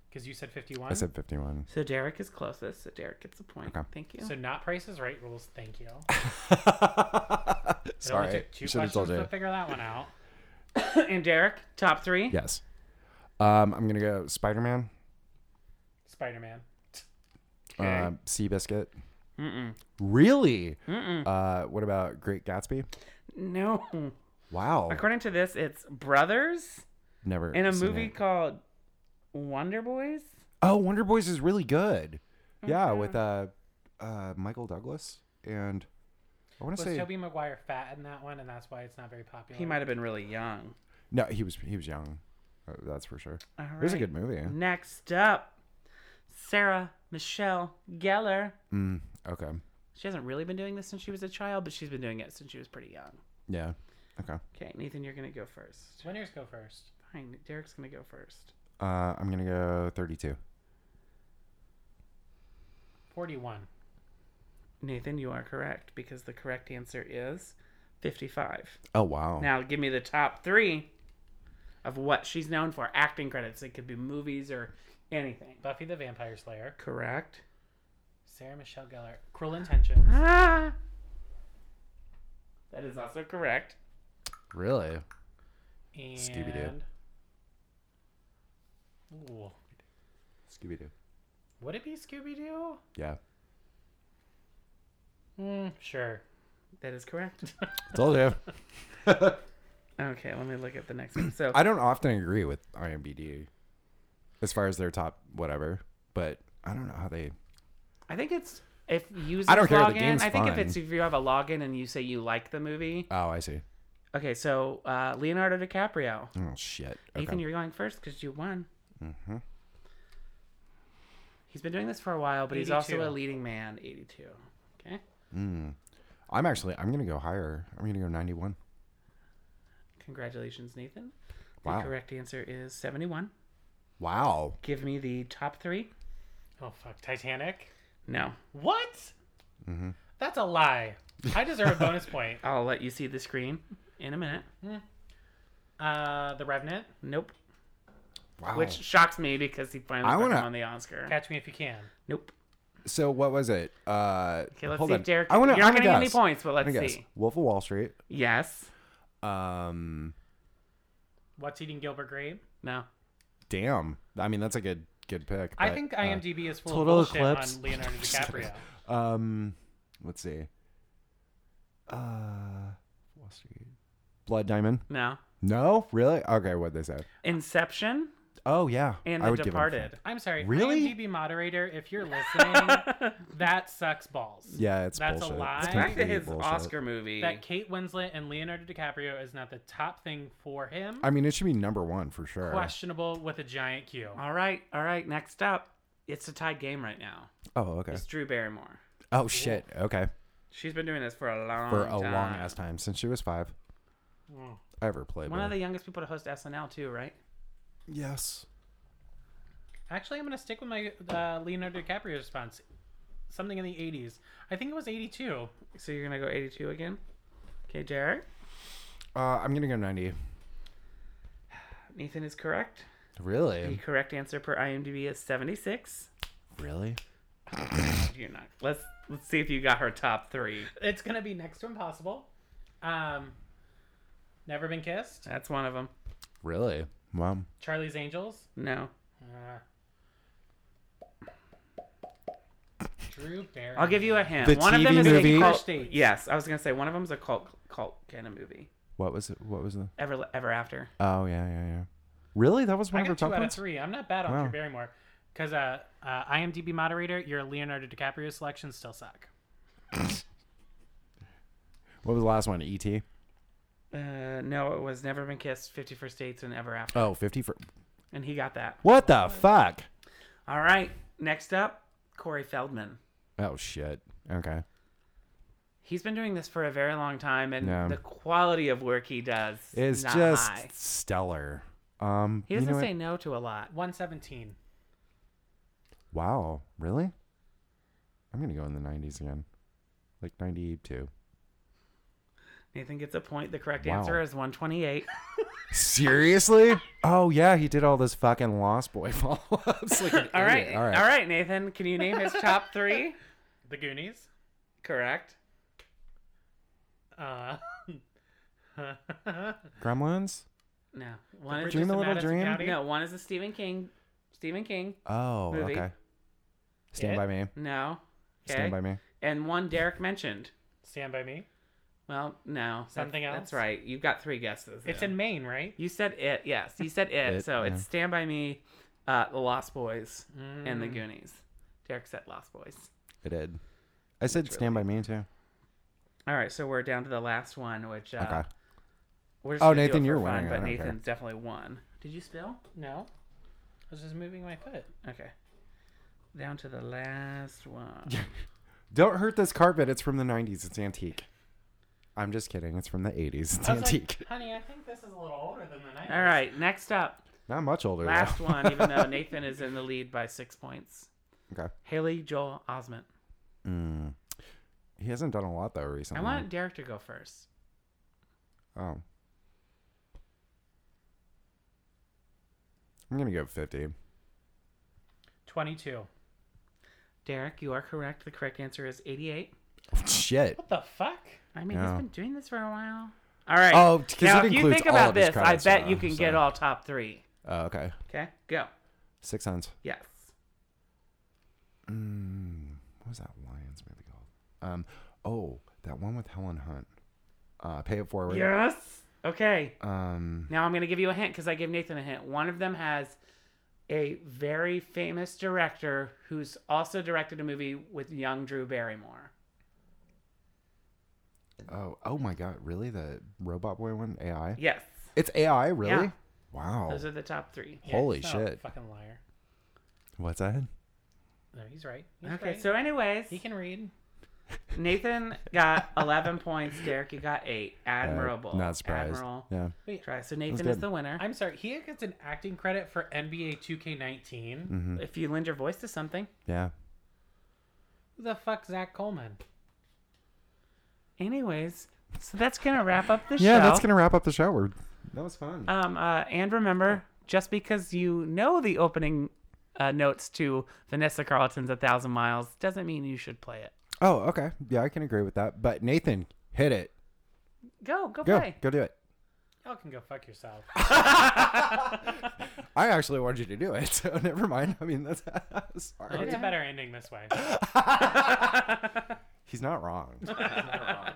Speaker 3: Because you said 51.
Speaker 2: I said 51.
Speaker 1: So Derek is closest. So Derek gets the point.
Speaker 2: Okay.
Speaker 1: Thank you.
Speaker 3: so not Price is Right rules. Thank you. It only
Speaker 2: Sorry,
Speaker 3: took two
Speaker 2: should have
Speaker 3: questions
Speaker 2: told
Speaker 3: to
Speaker 2: you.
Speaker 3: figure that one out.
Speaker 1: and Derek, top three.
Speaker 2: Yes. Um, I'm gonna go Spider-Man.
Speaker 3: Spider-Man.
Speaker 1: Okay.
Speaker 2: Uh, Seabiscuit.
Speaker 1: Mm-mm.
Speaker 2: Really?
Speaker 1: Mm-mm.
Speaker 2: Uh, what about Great Gatsby?
Speaker 1: No.
Speaker 2: Wow.
Speaker 1: According to this, it's brothers
Speaker 2: Never.
Speaker 1: in a
Speaker 2: seen
Speaker 1: movie
Speaker 2: it.
Speaker 1: called Wonder Boys.
Speaker 2: Oh, Wonder Boys is really good. Yeah, with uh, uh, Michael Douglas and I want to
Speaker 3: Was
Speaker 2: say
Speaker 3: Tobey Maguire fat in that one, and that's why it's not very popular?
Speaker 1: He might have been really young.
Speaker 2: no, he was he was young. Uh, That's for sure.
Speaker 1: All
Speaker 2: It was a
Speaker 1: right.
Speaker 2: good movie.
Speaker 1: Mm. Next up, Sarah Michelle Gellar.
Speaker 2: Mm, okay.
Speaker 1: She hasn't really been doing this since she was a child, but she's been doing it since she was pretty young.
Speaker 2: Yeah. Okay.
Speaker 1: Okay, Nathan, you're gonna go first.
Speaker 3: Winners go first.
Speaker 1: Fine, Derek's gonna go first.
Speaker 2: Uh, I'm gonna go 32.
Speaker 3: 41.
Speaker 1: Nathan, you are correct because the correct answer is 55.
Speaker 2: Oh wow.
Speaker 1: Now, give me the top three of what she's known for acting credits. It could be movies or anything.
Speaker 3: Buffy the Vampire Slayer.
Speaker 1: Correct.
Speaker 3: Sarah Michelle Gellar. Cruel Intention.
Speaker 1: Ah! That is also correct.
Speaker 2: really?
Speaker 3: And...
Speaker 2: Scooby-Doo.
Speaker 3: Ooh.
Speaker 2: Scooby Doo.
Speaker 3: Would it be Scooby-Doo?
Speaker 2: Yeah.
Speaker 3: Mm, sure.
Speaker 1: That is correct.
Speaker 2: Told you.
Speaker 1: Okay, let me look at the next one. So,
Speaker 2: I don't often agree with IMDb as far as their top whatever, but I don't know how they.
Speaker 1: I think it's if users
Speaker 2: I don't care, the
Speaker 1: log in.
Speaker 2: game's
Speaker 1: I think if
Speaker 2: fine.
Speaker 1: it's if you have a login and you say you like the movie.
Speaker 2: Oh, I see.
Speaker 1: Okay, so uh, Leonardo DiCaprio.
Speaker 2: Oh shit.
Speaker 1: Ethan,
Speaker 2: Okay. Mm-hmm.
Speaker 1: you're going first because you won.
Speaker 2: Mhm.
Speaker 1: He's been doing this for a while, but he's also
Speaker 3: 82.
Speaker 1: a leading man, 82. Okay.
Speaker 2: Mm. I'm actually I'm gonna go higher. I'm gonna go 91.
Speaker 1: Congratulations, Nathan. The
Speaker 2: Wow.
Speaker 1: correct answer is 71.
Speaker 2: Wow.
Speaker 1: Give me the top three.
Speaker 3: Oh fuck, Titanic.
Speaker 1: No.
Speaker 3: What?
Speaker 2: Mm-hmm.
Speaker 3: That's a lie. I deserve a bonus point.
Speaker 1: I'll let you see the screen in a minute.
Speaker 3: Uh, The Revenant.
Speaker 1: Nope.
Speaker 2: Wow.
Speaker 1: Which shocks me because he finally
Speaker 2: Oh. I
Speaker 1: put
Speaker 2: wanna-
Speaker 1: him on the Oscar.
Speaker 3: Catch me if you can.
Speaker 1: Nope.
Speaker 2: so what was it? Uh,
Speaker 1: Okay, let's
Speaker 2: hold
Speaker 1: see
Speaker 2: on.
Speaker 1: if Derek.
Speaker 2: I wanna,
Speaker 1: You're not
Speaker 2: I'm
Speaker 1: going to
Speaker 2: guess.
Speaker 1: get any points, but
Speaker 2: I'm
Speaker 1: let's
Speaker 2: gonna guess.
Speaker 1: see.
Speaker 2: Wolf of Wall Street.
Speaker 1: Yes.
Speaker 2: Um,
Speaker 3: What's eating Gilbert Grape?
Speaker 1: No.
Speaker 2: damn. I mean, that's a good good pick.
Speaker 3: I
Speaker 2: but,
Speaker 3: think
Speaker 2: uh,
Speaker 3: IMDb is full
Speaker 2: Total
Speaker 3: of bullshit
Speaker 2: Eclipse.
Speaker 3: on Leonardo DiCaprio.
Speaker 2: Um, let's see. Uh, Wall Street. Blood Diamond.
Speaker 1: No.
Speaker 2: No, really? Okay, what they said.
Speaker 1: Inception
Speaker 2: Oh yeah,
Speaker 1: and
Speaker 2: I
Speaker 1: The
Speaker 2: would give him a
Speaker 1: Departed.
Speaker 3: I'm sorry,
Speaker 2: Really?
Speaker 3: IMDb moderator, if you're listening, that sucks balls.
Speaker 2: five. Yeah, it's
Speaker 3: That's a
Speaker 2: bullshit.
Speaker 3: lie.
Speaker 2: It's
Speaker 3: Back to
Speaker 1: Back to
Speaker 2: complete
Speaker 1: his
Speaker 2: bullshit.
Speaker 1: Oscar movie.
Speaker 3: That Kate Winslet and Leonardo DiCaprio is not the top thing for him.
Speaker 2: I mean, it should be number one for sure.
Speaker 3: Questionable with a giant Q.
Speaker 1: All right. All right. Next up, it's a tied game right now.
Speaker 2: Oh okay.
Speaker 1: It's Drew Barrymore.
Speaker 2: Oh shit. Okay.
Speaker 1: She's been doing this for a long
Speaker 2: For a
Speaker 1: time.
Speaker 2: long ass time since she was five.
Speaker 3: Oh.
Speaker 2: I ever played
Speaker 1: One
Speaker 2: with
Speaker 1: of
Speaker 2: her.
Speaker 1: the youngest people to host SNL too, right?
Speaker 2: Yes.
Speaker 3: Actually, I'm going to stick with my uh, Leonardo DiCaprio response. Something in the 80s. I think it was 82.
Speaker 1: So you're gonna go 82 again? Okay, Jared.
Speaker 2: Uh, I'm gonna go ninety.
Speaker 1: Nathan is correct. The
Speaker 2: Really?
Speaker 1: correct answer per IMDb is 76.
Speaker 2: Really?
Speaker 1: You're not. Let's let's see if you got her top three.
Speaker 3: It's going to be next to impossible. Um, Never Been Kissed.
Speaker 1: That's one of them.
Speaker 2: Really? Wow.
Speaker 3: Charlie's Angels.
Speaker 1: No,
Speaker 3: Uh, Drew Barry.
Speaker 1: I'll give you a hint.
Speaker 2: The
Speaker 1: one of
Speaker 2: TV
Speaker 1: them is
Speaker 2: movie?
Speaker 1: a cult.
Speaker 3: Stage.
Speaker 1: Yes, I was gonna say one of them's a cult cult kind of movie.
Speaker 2: What was it? What was the?
Speaker 1: Ever ever after.
Speaker 2: Oh yeah, yeah, yeah. Really? That was
Speaker 3: I
Speaker 2: one of her
Speaker 3: got two
Speaker 2: top
Speaker 3: out of
Speaker 2: ones.
Speaker 3: three. I'm not bad on
Speaker 2: Wow.
Speaker 3: Drew Barrymore. Because uh, uh, IMDb moderator, your Leonardo DiCaprio selections still suck.
Speaker 2: What was the last one? E E.T.
Speaker 1: Uh, no, it was Never Been Kissed, Fifty First Dates, and Ever After,
Speaker 2: Oh, 50 for
Speaker 1: and he got that.
Speaker 2: What the fuck?
Speaker 1: All right, next up, Corey Feldman.
Speaker 2: Oh shit. Okay.
Speaker 1: He's been doing this for a very long time, and
Speaker 2: Yeah.
Speaker 1: the quality of work he does
Speaker 2: It's
Speaker 1: is not
Speaker 2: just
Speaker 1: high.
Speaker 2: stellar. Um
Speaker 1: He
Speaker 2: you
Speaker 1: doesn't
Speaker 2: know
Speaker 1: say
Speaker 2: what?
Speaker 1: no to a lot.
Speaker 3: 117.
Speaker 2: Wow, really? I'm going to go in the 90s again. Like 92.
Speaker 1: Nathan gets a point. The correct
Speaker 2: Wow.
Speaker 1: answer is 128.
Speaker 2: Seriously? oh yeah, he did all those fucking Lost Boy follow-ups. Like an
Speaker 1: all right,
Speaker 2: idiot.
Speaker 1: all right, all right, Nathan. Can you name his top three?
Speaker 3: The Goonies.
Speaker 1: Correct.
Speaker 3: Uh,
Speaker 2: Gremlins?
Speaker 1: No, one is
Speaker 2: Dream a Little Dream?
Speaker 1: no one is a Stephen King. Stephen King.
Speaker 2: Oh,
Speaker 1: Movie.
Speaker 2: okay. Stand
Speaker 3: It?
Speaker 2: by me.
Speaker 1: No. Okay.
Speaker 2: Stand by me.
Speaker 1: And one Derek mentioned.
Speaker 3: Stand by Me.
Speaker 1: Well, no. That's-
Speaker 3: Something
Speaker 1: That's
Speaker 3: else?
Speaker 1: right. You've got three guesses.
Speaker 3: It's
Speaker 1: in.
Speaker 3: in Maine, right?
Speaker 1: You said it. Yes, you said it.
Speaker 2: It,
Speaker 1: so
Speaker 2: yeah.
Speaker 1: it's Stand by Me, uh, The Lost Boys, and The
Speaker 3: Mm.
Speaker 1: Goonies. Derek said Lost Boys.
Speaker 2: It did. I said stand by me too.
Speaker 1: All right, so we're down to the last one, which uh,
Speaker 2: Okay.
Speaker 1: we're just
Speaker 2: Oh,
Speaker 1: gonna do it
Speaker 2: Nathan,
Speaker 1: for
Speaker 2: you're
Speaker 1: fun,
Speaker 2: winning. I
Speaker 1: but
Speaker 2: don't care.
Speaker 1: Nathan's definitely won. Did you spill?
Speaker 3: No. I was just moving my foot.
Speaker 1: Okay. Down to the last one.
Speaker 2: Don't hurt this carpet. It's from the 90s. It's antique. I'm just kidding. It's from the 80s. It's
Speaker 3: I was like,
Speaker 2: antique.
Speaker 3: Honey, I think this is a little older than the 90s.
Speaker 1: All right, next up,
Speaker 2: Not much older. though.
Speaker 1: last one. Even though Nathan is in the lead by six points,
Speaker 2: okay.
Speaker 1: Haley Joel Osment.
Speaker 2: Mm. He hasn't done a lot though recently.
Speaker 1: I want Derek to go first.
Speaker 2: Oh. I'm gonna go fifty.
Speaker 3: 22.
Speaker 1: Derek, you are correct. The correct answer is 88.
Speaker 2: Shit.
Speaker 3: What the fuck?
Speaker 1: I mean,
Speaker 2: Yeah.
Speaker 1: he's been doing this for a while. All right.
Speaker 2: Oh, 'cause
Speaker 1: now
Speaker 2: it
Speaker 1: if you
Speaker 2: includes
Speaker 1: think
Speaker 2: all
Speaker 1: about
Speaker 2: of his
Speaker 1: this, I
Speaker 2: credits
Speaker 1: bet
Speaker 2: now,
Speaker 1: you can
Speaker 2: so-
Speaker 1: get all top three.
Speaker 2: Oh, okay.
Speaker 1: Okay, go.
Speaker 2: Six cents.
Speaker 1: Yes.
Speaker 2: Mm. What was that Lions movie called? Um. Oh, that one with Helen Hunt. Uh, Pay It Forward.
Speaker 1: Yes. Okay.
Speaker 2: Um.
Speaker 1: Now I'm going to give you a hint because I gave Nathan a hint. One of them has a very famous director who's also directed a movie with young Drew Barrymore.
Speaker 2: Oh. Oh my God. Really? The Robot Boy one? AI?
Speaker 1: Yes.
Speaker 2: It's AI. Really?
Speaker 1: Yeah.
Speaker 2: Wow.
Speaker 1: Those are the top three.
Speaker 3: Yeah,
Speaker 2: Holy
Speaker 3: he's not a
Speaker 2: shit.
Speaker 3: Fucking liar.
Speaker 2: What's that? Uh,
Speaker 3: No, he's right. He's
Speaker 1: Okay,
Speaker 3: right.
Speaker 1: so anyways,
Speaker 3: he can read.
Speaker 1: Nathan got 11 points. Derek, you got eight.
Speaker 2: Uh,
Speaker 1: Admirable.
Speaker 2: not surprised.
Speaker 1: Admiral.
Speaker 2: Yeah.
Speaker 1: Try. So Nathan
Speaker 2: good.
Speaker 1: is the winner.
Speaker 3: I'm sorry. He gets an acting credit for NBA 2K19.
Speaker 2: Mm-hmm.
Speaker 1: If you lend your voice to something,
Speaker 2: Yeah.
Speaker 3: Who the fuck Zach Coleman?
Speaker 1: anyways, so that's gonna wrap up the show.
Speaker 2: Yeah, that's gonna wrap up the show. We're- That was fun.
Speaker 1: Um, uh, and remember, just because you know the opening uh, notes to Vanessa Carlton's "A Thousand Miles" doesn't mean you should play it.
Speaker 2: oh, okay. Yeah, I can agree with that. But Nathan, hit it.
Speaker 1: Go, go,
Speaker 2: Go,
Speaker 1: play.
Speaker 2: go do it.
Speaker 3: Y'all can go fuck yourself.
Speaker 2: I actually wanted you to do it, so never mind. I mean, that's sorry.
Speaker 3: It's a better ending this way.
Speaker 2: He's not wrong.